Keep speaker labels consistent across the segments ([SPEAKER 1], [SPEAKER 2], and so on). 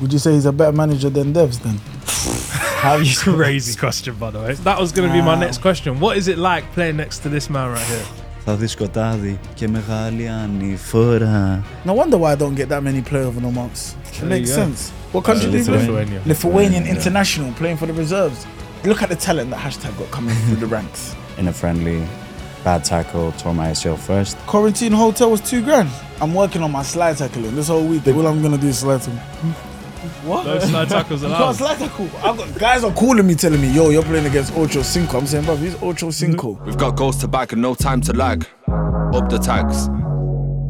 [SPEAKER 1] Would you say he's a better manager than Devs then?
[SPEAKER 2] How you crazy question, by the way. That was going to be my next question. What is it like playing next to this man right here?
[SPEAKER 3] Θα δει σκοτάδι και μεγάλη ανηφόρα.
[SPEAKER 1] No wonder why I don't get that many player of the months. It
[SPEAKER 2] There
[SPEAKER 1] makes
[SPEAKER 2] you go. Uh,
[SPEAKER 1] sense. What country do you live in?
[SPEAKER 2] Lithuania.
[SPEAKER 1] Lithuanian
[SPEAKER 3] Yeah.
[SPEAKER 1] international playing for the reserves. Look at the talent that hashtag got coming through the ranks.
[SPEAKER 3] In a friendly, bad tackle, tore my ACL first.
[SPEAKER 1] Quarantine hotel was two grand. I'm working on my slide tackling this whole week. All I'm gonna do is slide tackle. What?
[SPEAKER 2] No slide tackles
[SPEAKER 1] You can't
[SPEAKER 2] allowed.
[SPEAKER 1] slide tackle. I've got guys are calling me telling me, yo, you're playing against Ocho Cinco. I'm saying, bro, who's Ocho Cinco?
[SPEAKER 4] We've got goals to bag and no time to lag. Up the tags.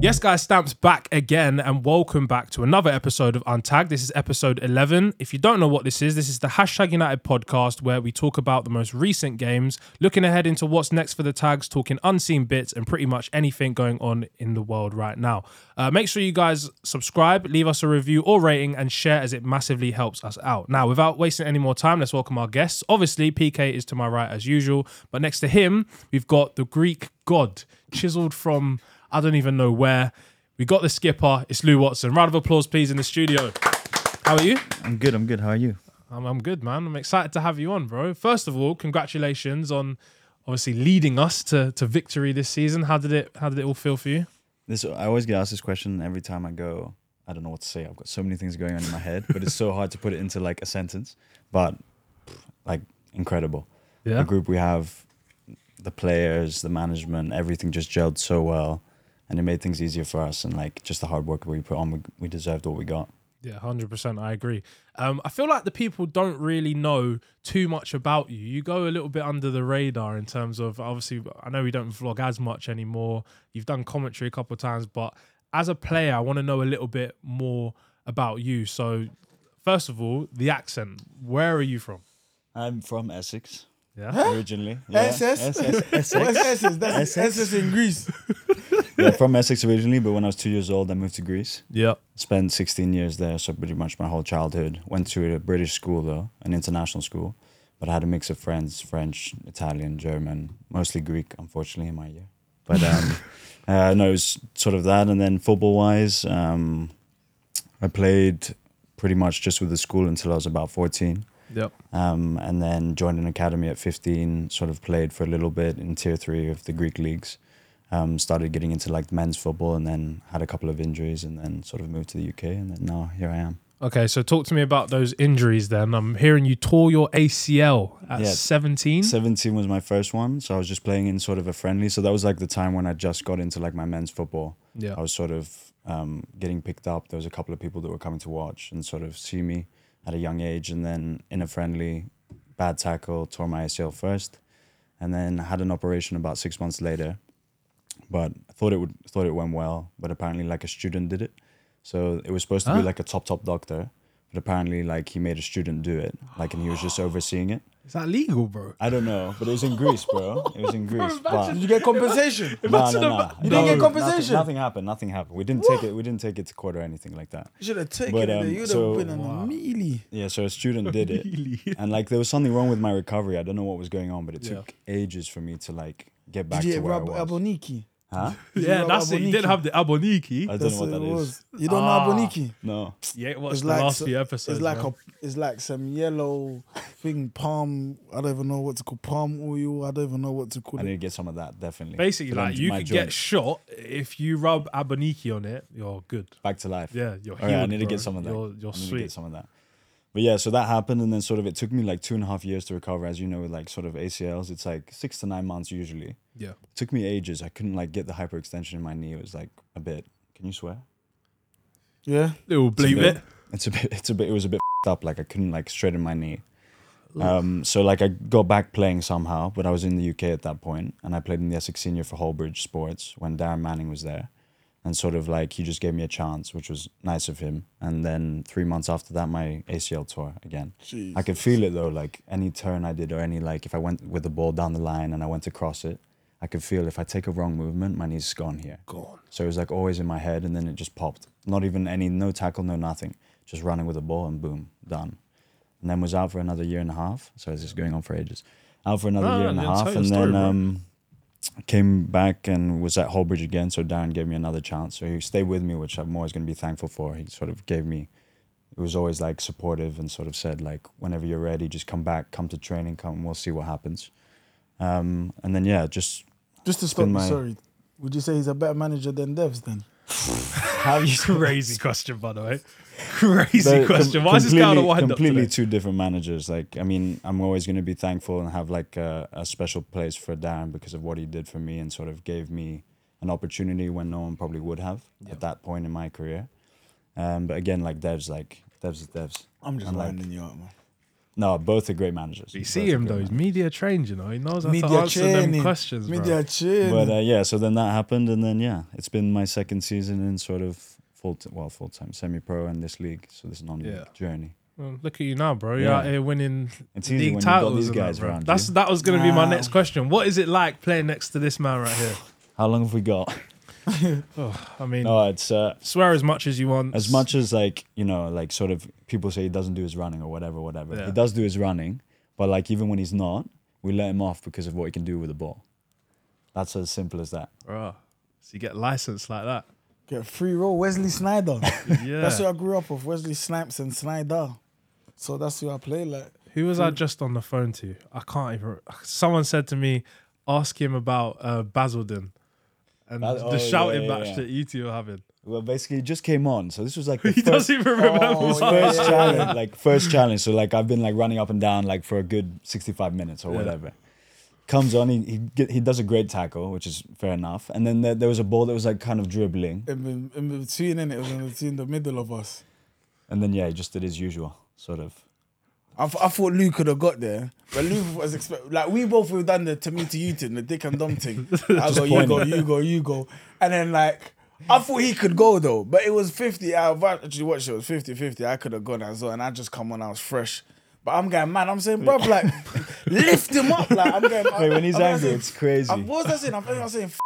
[SPEAKER 2] Yes, guys, Stamps back again and welcome back to another episode of Untagged. This is episode 11. If you don't know what this is, this is the Hashtag United podcast where we talk about the most recent games, looking ahead into what's next for the tags, talking unseen bits, and pretty much anything going on in the world right now. Uh, make sure you guys subscribe, leave us a review or rating, and share as it massively helps us out. Now, without wasting any more time, let's welcome our guests. Obviously, PK is to my right as usual, but next to him, we've got the Greek god, chiseled from. I don't even know where. We got the skipper. It's Lou Watson. Round of applause, please, in the studio. How are you?
[SPEAKER 3] I'm good, I'm good. How are you?
[SPEAKER 2] I'm, I'm good, man. I'm excited to have you on, bro. First of all, congratulations on obviously leading us to, to victory this season. How did it How did it all feel for you?
[SPEAKER 3] This I always get asked this question every time I go. I don't know what to say. I've got so many things going on in my head, but it's so hard to put it into like a sentence. But pff, like incredible.
[SPEAKER 2] Yeah.
[SPEAKER 3] The group we have, the players, the management, everything just gelled so well, and it made things easier for us. And like just the hard work we put on, we, we deserved what we got.
[SPEAKER 2] Yeah, hundred percent. I agree. Um, I feel like the people don't really know too much about you. You go a little bit under the radar in terms of obviously. I know we don't vlog as much anymore. You've done commentary a couple of times, but as a player, I want to know a little bit more about you. So, first of all, the accent. Where are you from?
[SPEAKER 3] I'm from Essex
[SPEAKER 2] Yeah,
[SPEAKER 3] originally.
[SPEAKER 1] SS?
[SPEAKER 3] Essex.
[SPEAKER 1] What's SS? That's
[SPEAKER 3] Essex.
[SPEAKER 1] SS in Greece.
[SPEAKER 3] yeah, from Essex originally, but when I was two years old, I moved to Greece.
[SPEAKER 2] yeah.
[SPEAKER 3] Spent 16 years there, so pretty much my whole childhood. Went to a British school though, an international school, but I had a mix of friends French, Italian, German, mostly Greek, unfortunately, in my year. But um, uh, no, it was sort of that. And then football wise, um, I played pretty much just with the school until I was about 14.
[SPEAKER 2] Yep.
[SPEAKER 3] Um, and then joined an academy at 15, sort of played for a little bit in tier three of the Greek leagues. Um, started getting into like men's football and then had a couple of injuries and then sort of moved to the UK. And then now here I am.
[SPEAKER 2] Okay, so talk to me about those injuries. Then I'm hearing you tore your ACL at
[SPEAKER 3] Yeah.
[SPEAKER 2] 17.
[SPEAKER 3] 17 was my first one. So I was just playing in sort of a friendly. So that was like the time when I just got into like my men's football.
[SPEAKER 2] Yeah.
[SPEAKER 3] I was sort of um, getting picked up. There was a couple of people that were coming to watch and sort of see me at a young age. And then in a friendly, bad tackle, tore my ACL first, and then had an operation about six months later. But I thought it would thought it went well, but apparently like a student did it. So it was supposed to be
[SPEAKER 2] Huh?
[SPEAKER 3] like a top top doctor, but apparently like he made a student do it, like and he was just overseeing it.
[SPEAKER 2] Is that legal, bro?
[SPEAKER 3] I don't know, but it was in Greece, bro. It was in Greece. but
[SPEAKER 1] Did you get compensation?
[SPEAKER 3] no, no,
[SPEAKER 2] a-
[SPEAKER 3] no.
[SPEAKER 2] you
[SPEAKER 1] didn't
[SPEAKER 3] No,
[SPEAKER 1] get compensation?
[SPEAKER 3] Nothing, nothing happened. Nothing happened. We didn't take it. We didn't take it to court or anything like that.
[SPEAKER 1] You should have taken
[SPEAKER 3] But,
[SPEAKER 1] it.
[SPEAKER 3] um,
[SPEAKER 1] There. You would have
[SPEAKER 3] so-
[SPEAKER 1] been in
[SPEAKER 2] Wow.
[SPEAKER 1] a mealy.
[SPEAKER 3] Yeah. So a student did it, and like there was something wrong with my recovery. I don't know what was going on, but it
[SPEAKER 2] Yeah.
[SPEAKER 3] took ages for me to like get back
[SPEAKER 1] Did you
[SPEAKER 3] to
[SPEAKER 1] get
[SPEAKER 3] where
[SPEAKER 1] Rab-
[SPEAKER 3] I was.
[SPEAKER 1] Aboniki?
[SPEAKER 3] huh?
[SPEAKER 2] Yeah,
[SPEAKER 1] you
[SPEAKER 2] that's it. You
[SPEAKER 1] Aboniki?
[SPEAKER 2] didn't have the Aboniki.
[SPEAKER 3] I don't
[SPEAKER 1] That's
[SPEAKER 3] know what
[SPEAKER 1] what
[SPEAKER 3] that
[SPEAKER 1] it
[SPEAKER 3] is.
[SPEAKER 1] was. You don't
[SPEAKER 2] Ah.
[SPEAKER 1] know Aboniki?
[SPEAKER 3] No.
[SPEAKER 2] Yeah, it
[SPEAKER 1] It's
[SPEAKER 2] was the
[SPEAKER 1] like
[SPEAKER 2] last
[SPEAKER 1] so-
[SPEAKER 2] few episodes.
[SPEAKER 1] It's like
[SPEAKER 2] man.
[SPEAKER 1] a, it's like some yellow thing, palm. I don't even know what to call palm oil. I don't even know what to call
[SPEAKER 3] I need
[SPEAKER 1] it.
[SPEAKER 3] to get some of that definitely.
[SPEAKER 2] basically
[SPEAKER 3] But then
[SPEAKER 2] like you
[SPEAKER 3] my
[SPEAKER 2] could
[SPEAKER 3] joint
[SPEAKER 2] get shot if you rub Aboniki on it. You're good.
[SPEAKER 3] back to life.
[SPEAKER 2] Yeah, you're.
[SPEAKER 3] All right, I
[SPEAKER 2] healed,
[SPEAKER 3] need to
[SPEAKER 2] bro.
[SPEAKER 3] get some of that.
[SPEAKER 2] You're,
[SPEAKER 3] I
[SPEAKER 2] you're
[SPEAKER 3] need to
[SPEAKER 2] sweet.
[SPEAKER 3] get some of that. But yeah, so that happened, and then sort of it took me like two and a half years to recover. As you know, with like sort of ACLs, it's like six to nine months usually.
[SPEAKER 2] Yeah.
[SPEAKER 3] It took me ages. I couldn't like get the hyperextension in my knee. It was like a bit. Can you swear?
[SPEAKER 1] Yeah.
[SPEAKER 2] Little bleep
[SPEAKER 3] bit.
[SPEAKER 2] it.
[SPEAKER 3] It's a bit. It's a bit. It was a bit fed up. Like I couldn't like straighten my knee. Um, so like I got back playing somehow, but I was in the UK at that point, and I played in the Essex Senior for Holbridge Sports when Darren Manning was there, and sort of like he just gave me a chance, which was nice of him. And then three months after that, my ACL tore again.
[SPEAKER 1] Jeez.
[SPEAKER 3] I could feel it though, like any turn I did or any like if I went with the ball down the line and I went to cross it, I could feel if I take a wrong movement, my knee's gone here.
[SPEAKER 2] Gone.
[SPEAKER 3] So it was like always in my head, and then it just popped. Not even any, no tackle, no nothing. Just running with the ball, and boom, done. And then was out for another year and a half. So this is going on for ages. Out for another
[SPEAKER 2] No,
[SPEAKER 3] year
[SPEAKER 2] no,
[SPEAKER 3] and a
[SPEAKER 2] no, tell
[SPEAKER 3] half,
[SPEAKER 2] your
[SPEAKER 3] and
[SPEAKER 2] story,
[SPEAKER 3] then
[SPEAKER 2] bro.
[SPEAKER 3] um, came back and was at Holbridge again. So Darren gave me another chance. So he stayed with me, which I'm always going to be thankful for. He sort of gave me it was always like supportive and sort of said like whenever you're ready, just come back, come to training, come, we'll see what happens. Um, and then yeah, just
[SPEAKER 1] Just to stop
[SPEAKER 3] been
[SPEAKER 1] you,
[SPEAKER 3] my-
[SPEAKER 1] sorry. Would you say he's a better manager than Devs then?
[SPEAKER 3] how you
[SPEAKER 2] Crazy question, by the way. Crazy
[SPEAKER 3] They're
[SPEAKER 2] question.
[SPEAKER 3] com-
[SPEAKER 2] Why is this guy on a
[SPEAKER 3] completely-
[SPEAKER 2] wind up
[SPEAKER 3] completely
[SPEAKER 2] today?
[SPEAKER 3] two different managers? Like, I mean, I'm always going to be thankful and have like a, a special place for Darren because of what he did for me and sort of gave me an opportunity when no one probably would have at that point in my career. Um, but again, like Devs, like Devs is Devs.
[SPEAKER 1] I'm just
[SPEAKER 3] And, like,
[SPEAKER 1] winding you up, man.
[SPEAKER 3] No, both are great managers.
[SPEAKER 2] You
[SPEAKER 3] Both
[SPEAKER 2] see
[SPEAKER 3] are
[SPEAKER 2] him
[SPEAKER 3] great
[SPEAKER 2] though. He's
[SPEAKER 3] managers.
[SPEAKER 2] media trained. You know, he knows how to
[SPEAKER 1] Media
[SPEAKER 2] answer them
[SPEAKER 1] training.
[SPEAKER 2] questions. bro.
[SPEAKER 1] Media training.
[SPEAKER 3] But uh, yeah, so then that happened, and then yeah, it's been my second season in sort of full, t- well, full time, semi pro, and this league. So this non-league
[SPEAKER 2] Yeah.
[SPEAKER 3] journey.
[SPEAKER 2] Well, look at you now, bro. You're
[SPEAKER 3] Yeah.
[SPEAKER 2] out here winning
[SPEAKER 3] It's easy
[SPEAKER 2] league
[SPEAKER 3] when you've got
[SPEAKER 2] titles.
[SPEAKER 3] these
[SPEAKER 2] and that,
[SPEAKER 3] guys
[SPEAKER 2] bro.
[SPEAKER 3] around
[SPEAKER 2] That's
[SPEAKER 3] you.
[SPEAKER 2] that was going to be my
[SPEAKER 1] Nah.
[SPEAKER 2] next question. What is it like playing next to this man right here?
[SPEAKER 3] How long have we got?
[SPEAKER 2] I mean,
[SPEAKER 3] No, it's uh,
[SPEAKER 2] swear as much as you want.
[SPEAKER 3] as much as like you know like sort of people say he doesn't do his running or whatever whatever
[SPEAKER 2] Yeah.
[SPEAKER 3] he does do his running but like even when he's not we let him off because of what he can do with the ball that's as simple as that
[SPEAKER 2] Bruh. So you get licensed like that.
[SPEAKER 1] Get free roll, Wesley Snyder.
[SPEAKER 2] Yeah.
[SPEAKER 1] That's who I grew up with, Wesley Snipes and Snyder. So that's who I play like.
[SPEAKER 2] Who was I just on the phone to? I can't even. Someone said to me, ask him about uh, Basildon and
[SPEAKER 3] Bas- oh,
[SPEAKER 2] the
[SPEAKER 3] yeah,
[SPEAKER 2] shouting
[SPEAKER 3] yeah,
[SPEAKER 2] match
[SPEAKER 3] yeah.
[SPEAKER 2] that you two were having.
[SPEAKER 3] well basically he just came on so this was like the
[SPEAKER 2] He
[SPEAKER 3] first,
[SPEAKER 2] doesn't even remember.
[SPEAKER 1] Oh,
[SPEAKER 2] what-
[SPEAKER 3] first challenge like first challenge so like i've been like running up and down like for a good 65 minutes or whatever comes on he he, get, he does a great tackle which is fair enough and then there, there was a ball that was like kind of dribbling
[SPEAKER 1] In, be- in between, and it was in between the middle of us.
[SPEAKER 3] and then yeah he just did his usual sort of
[SPEAKER 1] I, th- I thought Luke could have got there, but Luke was expect like we both would have done the to me to you thing, the dick and dumb thing. I go, you go, you go, you go, and then like I thought he could go though, but it was fifty. I I've actually watched it, it was 50-50. I could have gone as well, and I just come on, I was fresh. But I'm going mad. I'm saying, bruv, like lift him up. Like I'm going.
[SPEAKER 3] Wait, when he's
[SPEAKER 1] I'm
[SPEAKER 3] angry,
[SPEAKER 1] saying,
[SPEAKER 3] it's crazy.
[SPEAKER 1] I'm, what was I saying? I'm, I'm saying, F-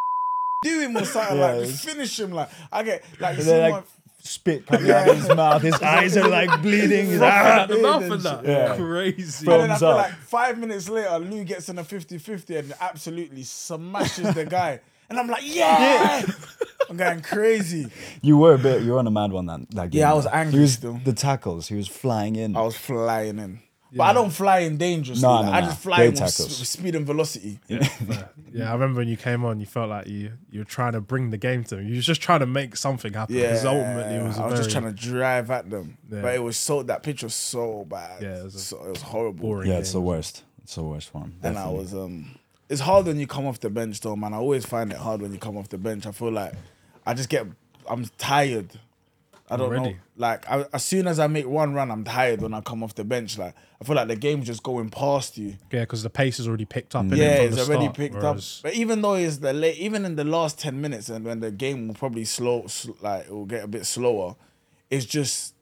[SPEAKER 1] do him or something.
[SPEAKER 3] Yeah,
[SPEAKER 1] like
[SPEAKER 3] it's-
[SPEAKER 1] just finish him. Like I get like you
[SPEAKER 3] And
[SPEAKER 1] see
[SPEAKER 3] then
[SPEAKER 1] like,
[SPEAKER 3] like spit coming out of his mouth. His eyes are like bleeding. He's like,
[SPEAKER 2] Ah,
[SPEAKER 1] Fucking did
[SPEAKER 2] enough
[SPEAKER 1] and
[SPEAKER 2] of that.
[SPEAKER 1] shit.
[SPEAKER 3] Yeah.
[SPEAKER 2] Crazy.
[SPEAKER 1] And then I
[SPEAKER 3] thumbs
[SPEAKER 1] feel
[SPEAKER 3] up.
[SPEAKER 1] like five minutes later, Lou gets in a 50-50 and absolutely smashes the guy. And I'm like, yeah! I'm going crazy.
[SPEAKER 3] you were a bit. You were on a mad one that, that game.
[SPEAKER 1] Yeah, I was
[SPEAKER 3] though.
[SPEAKER 1] angry
[SPEAKER 3] He was
[SPEAKER 1] still. Oh,
[SPEAKER 3] the tackles. He was flying in.
[SPEAKER 1] I was flying in. But I don't fly in dangerously.
[SPEAKER 3] No,
[SPEAKER 1] like,
[SPEAKER 3] no,
[SPEAKER 1] I
[SPEAKER 3] no.
[SPEAKER 1] just fly
[SPEAKER 3] Great
[SPEAKER 1] in with
[SPEAKER 3] tackles.
[SPEAKER 1] sp- speed and velocity.
[SPEAKER 2] Yeah, I remember when you came on, you felt like you you were trying to bring the game to him. You were just trying to make something happen.
[SPEAKER 1] Yeah,
[SPEAKER 2] Because ultimately, it was, a
[SPEAKER 1] I was
[SPEAKER 2] very,
[SPEAKER 1] just trying to drive at them.
[SPEAKER 2] Yeah.
[SPEAKER 1] But it was so, that pitch was so bad.
[SPEAKER 2] Yeah, it was a
[SPEAKER 1] so, it was horrible.
[SPEAKER 2] boring.
[SPEAKER 3] yeah, it's the
[SPEAKER 2] game.
[SPEAKER 3] worst. It's the worst one.
[SPEAKER 1] And I was um it's hard when you come off the bench though, man. I always find it hard when you come off the bench. I feel like I just get I'm tired. I don't know.
[SPEAKER 2] Already?
[SPEAKER 1] Like I, as soon as I make one run, I'm tired when I come off the bench. Like I feel like the game's just going past you.
[SPEAKER 2] Yeah, because the pace is already picked up.
[SPEAKER 1] Mm. Yeah,
[SPEAKER 2] innit, from
[SPEAKER 1] it's
[SPEAKER 2] the
[SPEAKER 1] already
[SPEAKER 2] start,
[SPEAKER 1] picked
[SPEAKER 2] whereas-
[SPEAKER 1] up. But even though it's the late, even in the last ten minutes, and when the game will probably slow, sl- like it will get a bit slower, it's just,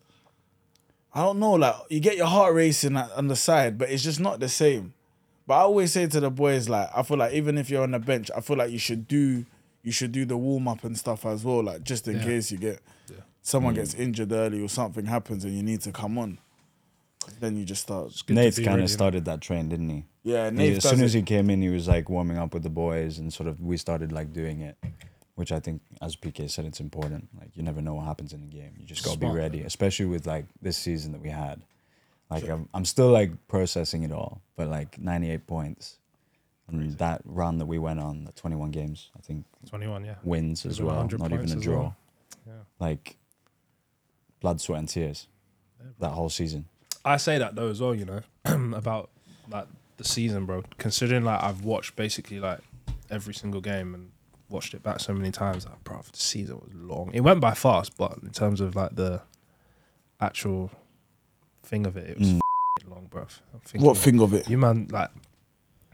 [SPEAKER 1] I don't know. Like you get your heart racing at- on the side, but it's just not the same. But I always say to the boys, like I feel like even if you're on the bench, I feel like you should do, you should do the warm up and stuff as well, like just in
[SPEAKER 2] Yeah. Mm.
[SPEAKER 1] case you get, someone gets injured early or something happens and you need to come on. Then you just start.
[SPEAKER 2] good to
[SPEAKER 3] Nate
[SPEAKER 2] be
[SPEAKER 3] kind
[SPEAKER 2] ready,
[SPEAKER 3] of
[SPEAKER 2] innit?
[SPEAKER 3] started that train, didn't he?
[SPEAKER 1] Yeah,
[SPEAKER 3] He-
[SPEAKER 1] Nate
[SPEAKER 3] as
[SPEAKER 1] does
[SPEAKER 3] soon
[SPEAKER 1] it.
[SPEAKER 3] as he came in, he was like warming up with the boys, and sort of we started like doing it, which I think, as PK said, it's important. Like you never know what happens in the game. You just gotta
[SPEAKER 2] Smart,
[SPEAKER 3] be ready, especially with like this season that we had. Like I'm, I'm still like processing it all, but like 98 points, and that run that we went on, the 21 games, I think
[SPEAKER 2] 21, yeah.
[SPEAKER 3] wins as
[SPEAKER 2] got
[SPEAKER 3] well,
[SPEAKER 2] 100
[SPEAKER 3] not even
[SPEAKER 2] points
[SPEAKER 3] a
[SPEAKER 2] as
[SPEAKER 3] draw.
[SPEAKER 2] well. Yeah.
[SPEAKER 3] Like blood, sweat, and tears. That whole season.
[SPEAKER 2] I say that though as well, you know, about like the season, bro. Considering like I've watched basically like every single game and watched it back so many times, like, bro, the season was long. It went by fast, but in terms of like the actual thing of it, it was
[SPEAKER 3] Mm.
[SPEAKER 2] f***ing long, bro. I'm thinking,
[SPEAKER 1] What thing of it?
[SPEAKER 2] you man, like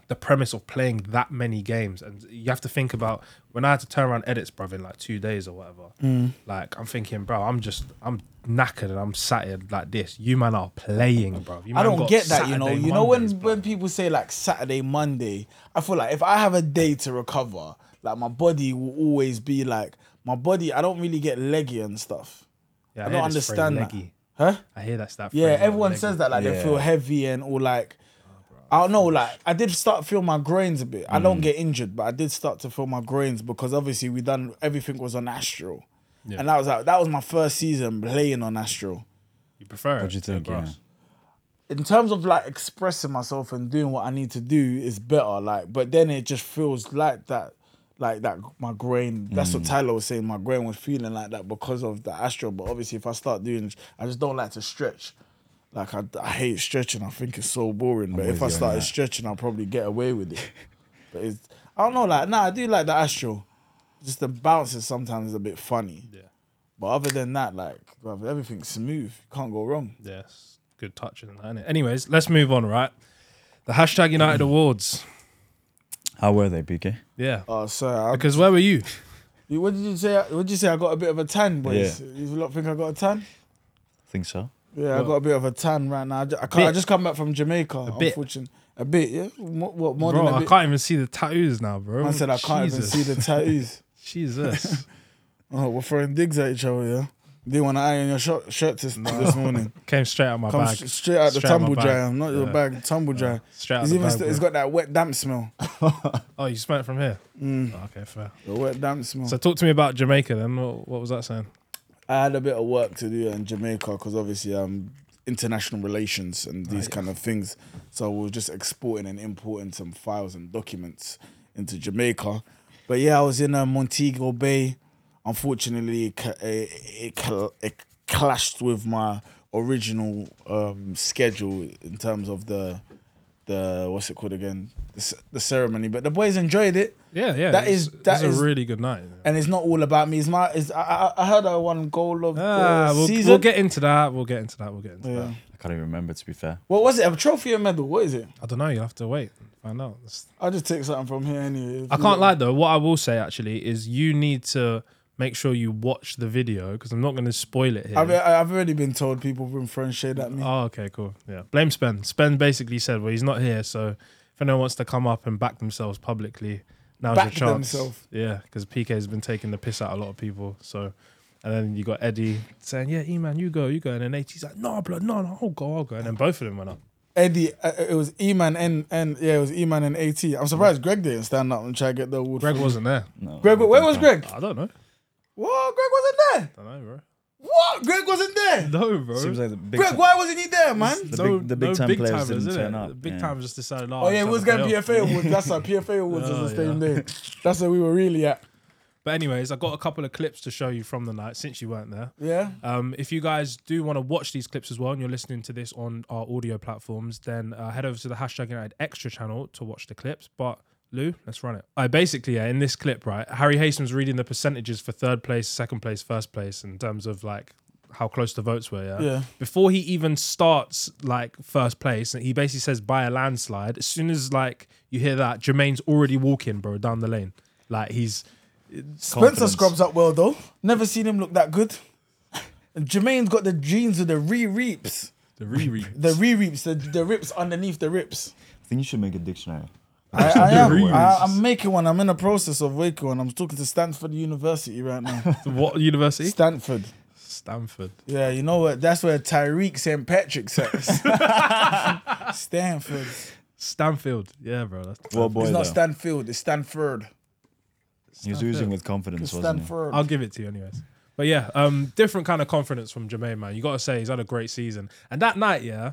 [SPEAKER 2] the premise of playing that many games, and you have to think about when I had to turn around edits, bruv, in like two days or whatever.
[SPEAKER 1] Mm.
[SPEAKER 2] Like I'm thinking, bro, I'm just I'm knackered and I'm sat here like this. You man are playing, bro. You
[SPEAKER 1] I
[SPEAKER 2] man
[SPEAKER 1] don't
[SPEAKER 2] got
[SPEAKER 1] get that, you know.
[SPEAKER 2] Saturday,
[SPEAKER 1] You know when
[SPEAKER 2] Mondays, bruv.
[SPEAKER 1] when people say like Saturday, Monday, I feel like if I have a day to recover, like my body will always be like my body. I don't really get leggy and stuff.
[SPEAKER 2] yeah,
[SPEAKER 1] I
[SPEAKER 2] hear
[SPEAKER 1] don't
[SPEAKER 2] this phrase,
[SPEAKER 1] understand that.
[SPEAKER 2] leggy.
[SPEAKER 1] Huh?
[SPEAKER 2] I hear that's that.
[SPEAKER 1] Yeah,
[SPEAKER 2] phrase, like,
[SPEAKER 1] everyone
[SPEAKER 2] leggy.
[SPEAKER 1] says that like they
[SPEAKER 3] Yeah.
[SPEAKER 1] feel heavy and all like. I don't know, like I did start to feel my groins a bit. I
[SPEAKER 2] Mm.
[SPEAKER 1] don't get injured, but I did start to feel my groins because obviously we done everything was on Astro, and that was like that was my first season playing on Astro,
[SPEAKER 2] You prefer
[SPEAKER 3] What do you
[SPEAKER 2] it to the
[SPEAKER 3] think? Yeah.
[SPEAKER 2] grass?
[SPEAKER 1] in terms of like expressing myself and doing what I need to do is better. Like, but then it just feels like that, like that. My grain. That's
[SPEAKER 3] Mm.
[SPEAKER 1] what Tyler was saying. My grain was feeling like that because of the astro. But obviously, if I start doing, I just don't like to stretch. Like I, I hate stretching. I think it's so boring. But if
[SPEAKER 3] with
[SPEAKER 1] I
[SPEAKER 3] you on
[SPEAKER 1] started
[SPEAKER 3] that.
[SPEAKER 1] stretching, I'll probably get away with it. but it's, I don't know. Like, nah, I do like the astro. Just the bounce is sometimes a bit funny.
[SPEAKER 2] Yeah.
[SPEAKER 1] But other than that, like, bruv, everything's smooth. Can't go wrong.
[SPEAKER 2] Yes, good touch in that, innit? Anyways, let's move on, right? The hashtag United
[SPEAKER 3] Mm.
[SPEAKER 2] Awards.
[SPEAKER 3] How were they, PK?
[SPEAKER 2] Yeah.
[SPEAKER 1] Oh, sorry. I
[SPEAKER 2] Because where were you?
[SPEAKER 1] You- What did you say? What did you say? I got a bit of a tan, boys.
[SPEAKER 3] Yeah.
[SPEAKER 1] You lot think I got a tan?
[SPEAKER 3] Think so.
[SPEAKER 1] Yeah, I
[SPEAKER 2] Well-
[SPEAKER 1] got a bit of a tan right now. I just, I, can't, I
[SPEAKER 2] Bit.
[SPEAKER 1] just come back from Jamaica. A
[SPEAKER 2] bit.
[SPEAKER 1] Unfortunately. A bit, yeah. Mo- What, more
[SPEAKER 2] Bro,
[SPEAKER 1] than a
[SPEAKER 2] I
[SPEAKER 1] bit?
[SPEAKER 2] can't even see the tattoos now, bro.
[SPEAKER 1] Man said I can't
[SPEAKER 2] Jesus.
[SPEAKER 1] even see the tattoos.
[SPEAKER 2] Jesus.
[SPEAKER 1] oh, we're throwing digs at each other, yeah. Didn't want to iron your shirt, shirt this, this morning.
[SPEAKER 2] Came straight out of my
[SPEAKER 1] Come
[SPEAKER 2] bag.
[SPEAKER 1] s- straight out the
[SPEAKER 2] Straight out my
[SPEAKER 1] tumble
[SPEAKER 2] bag.
[SPEAKER 1] dryer, not your
[SPEAKER 2] Yeah.
[SPEAKER 1] bag, tumble dryer.
[SPEAKER 2] Straight out
[SPEAKER 1] It's
[SPEAKER 2] the
[SPEAKER 1] even
[SPEAKER 2] bag.
[SPEAKER 1] st- it's
[SPEAKER 2] bro.
[SPEAKER 1] got that wet damp smell.
[SPEAKER 2] oh, you smelled it from here?
[SPEAKER 1] Mm.
[SPEAKER 2] Oh, okay, fair.
[SPEAKER 1] The wet damp smell.
[SPEAKER 2] So talk to me about Jamaica then. What, what was that saying?
[SPEAKER 1] I had a bit of work to do in Jamaica because obviously um international relations and
[SPEAKER 2] Ah,
[SPEAKER 1] these kind of things. So we were just exporting and importing some files and documents into Jamaica. But yeah, I was in uh, Montego Bay. Unfortunately, it, ca- it, it, cl- it clashed with my original um, schedule in terms of the the what's it called again the, c- the ceremony. But the boys enjoyed it
[SPEAKER 2] Yeah, yeah.
[SPEAKER 1] That
[SPEAKER 2] it
[SPEAKER 1] is-
[SPEAKER 2] was- it
[SPEAKER 1] that
[SPEAKER 2] was
[SPEAKER 1] is-
[SPEAKER 2] a really good night.
[SPEAKER 1] and it's not all about me. It's my. It's, I, I I heard I won goal of the
[SPEAKER 2] Ah, we'll,
[SPEAKER 1] season.
[SPEAKER 2] we'll get into that. We'll get into that. We'll get into
[SPEAKER 1] Yeah.
[SPEAKER 2] that.
[SPEAKER 3] I can't even remember, to be fair.
[SPEAKER 1] What was it? A trophy or medal? What is it?
[SPEAKER 2] I don't know. You'll have to wait and find out. It's-
[SPEAKER 1] I'll just take something from here anyway.
[SPEAKER 2] I can't lie though. What I will say actually is you need to make sure you watch the video because I'm not going to spoil it here.
[SPEAKER 1] I've, I've already been told people from friends shade at me.
[SPEAKER 2] oh, okay, cool. Yeah, blame Spen. Spen basically said, "Well, he's not here, so if anyone wants to come up and back themselves publicly, now's
[SPEAKER 1] Back
[SPEAKER 2] your chance."
[SPEAKER 1] themself.
[SPEAKER 2] Yeah, because PK has been taking the piss out of a lot of people. So, and then you got Eddie saying, "Yeah, E-man, you go, you go," and then H, he's like, "No, blood, no, no, I'll go, I'll go," and then both of them went up.
[SPEAKER 1] Eddie, uh, it was E-Man and, and yeah, it was E-Man and AT. I'm surprised Greg didn't stand up and try to get the award.
[SPEAKER 2] Greg
[SPEAKER 1] for-
[SPEAKER 2] wasn't there.
[SPEAKER 3] No.
[SPEAKER 1] Greg,
[SPEAKER 3] I
[SPEAKER 1] where
[SPEAKER 3] think
[SPEAKER 1] was
[SPEAKER 3] I-
[SPEAKER 1] Greg?
[SPEAKER 2] I don't know.
[SPEAKER 1] What? Greg wasn't there.
[SPEAKER 2] I don't know, bro.
[SPEAKER 1] What? Greg wasn't there.
[SPEAKER 2] No, bro.
[SPEAKER 3] Seems like the big.
[SPEAKER 1] Greg, why wasn't he there, man?
[SPEAKER 3] The big- the big time players didn't
[SPEAKER 2] innit?
[SPEAKER 3] turn up,
[SPEAKER 2] The big
[SPEAKER 3] yeah.
[SPEAKER 2] time just decided.
[SPEAKER 1] Oh yeah, we was
[SPEAKER 2] going
[SPEAKER 1] getting PFA awards. That's our PFA awards
[SPEAKER 2] Oh,
[SPEAKER 1] was the same
[SPEAKER 2] yeah.
[SPEAKER 1] day. That's where we were really at.
[SPEAKER 2] But anyways, I got a couple of clips to show you from the night since you weren't there.
[SPEAKER 1] Yeah.
[SPEAKER 2] Um, if you guys do want to watch these clips as well, and you're listening to this on our audio platforms, then uh, head over to the hashtag United Extra channel to watch the clips. But Lou, let's run it. I basically, yeah, in this clip, right, Harry Hastings reading the percentages for third place, second place, first place in terms of like how close the votes were. Yeah.
[SPEAKER 1] Yeah.
[SPEAKER 2] Before he even starts like first place, and he basically says by a landslide. As soon as like you hear that, Jermaine's already walking, bro, down the lane. Like he's
[SPEAKER 1] Spencer
[SPEAKER 3] confidence.
[SPEAKER 1] scrubs up well though. Never seen him look that good. And Jermaine's got the jeans with the re-reaps.
[SPEAKER 2] the re
[SPEAKER 1] The re-reaps, the, the rips underneath the rips.
[SPEAKER 3] I think you should make a dictionary.
[SPEAKER 1] I, I am.
[SPEAKER 2] Re-reaps.
[SPEAKER 1] I, I'm making one. I'm in the process of making one. I'm talking to Stanford University right now.
[SPEAKER 2] what university?
[SPEAKER 1] Stanford.
[SPEAKER 2] Stanford.
[SPEAKER 1] Yeah, you know what? That's where Tyreek St. Patrick sits. Stanford.
[SPEAKER 2] Stanfield. Yeah, bro. That's,
[SPEAKER 3] Well, boy,
[SPEAKER 1] It's not
[SPEAKER 3] though.
[SPEAKER 1] Stanfield. It's Stanford.
[SPEAKER 3] he was oozing with confidence,
[SPEAKER 1] It's
[SPEAKER 3] wasn't he?
[SPEAKER 1] Stanford.
[SPEAKER 2] I'll give it to you anyways. But yeah, um, different kind of confidence from Jermaine, man. You gotta say he's had a great season. And that night, yeah,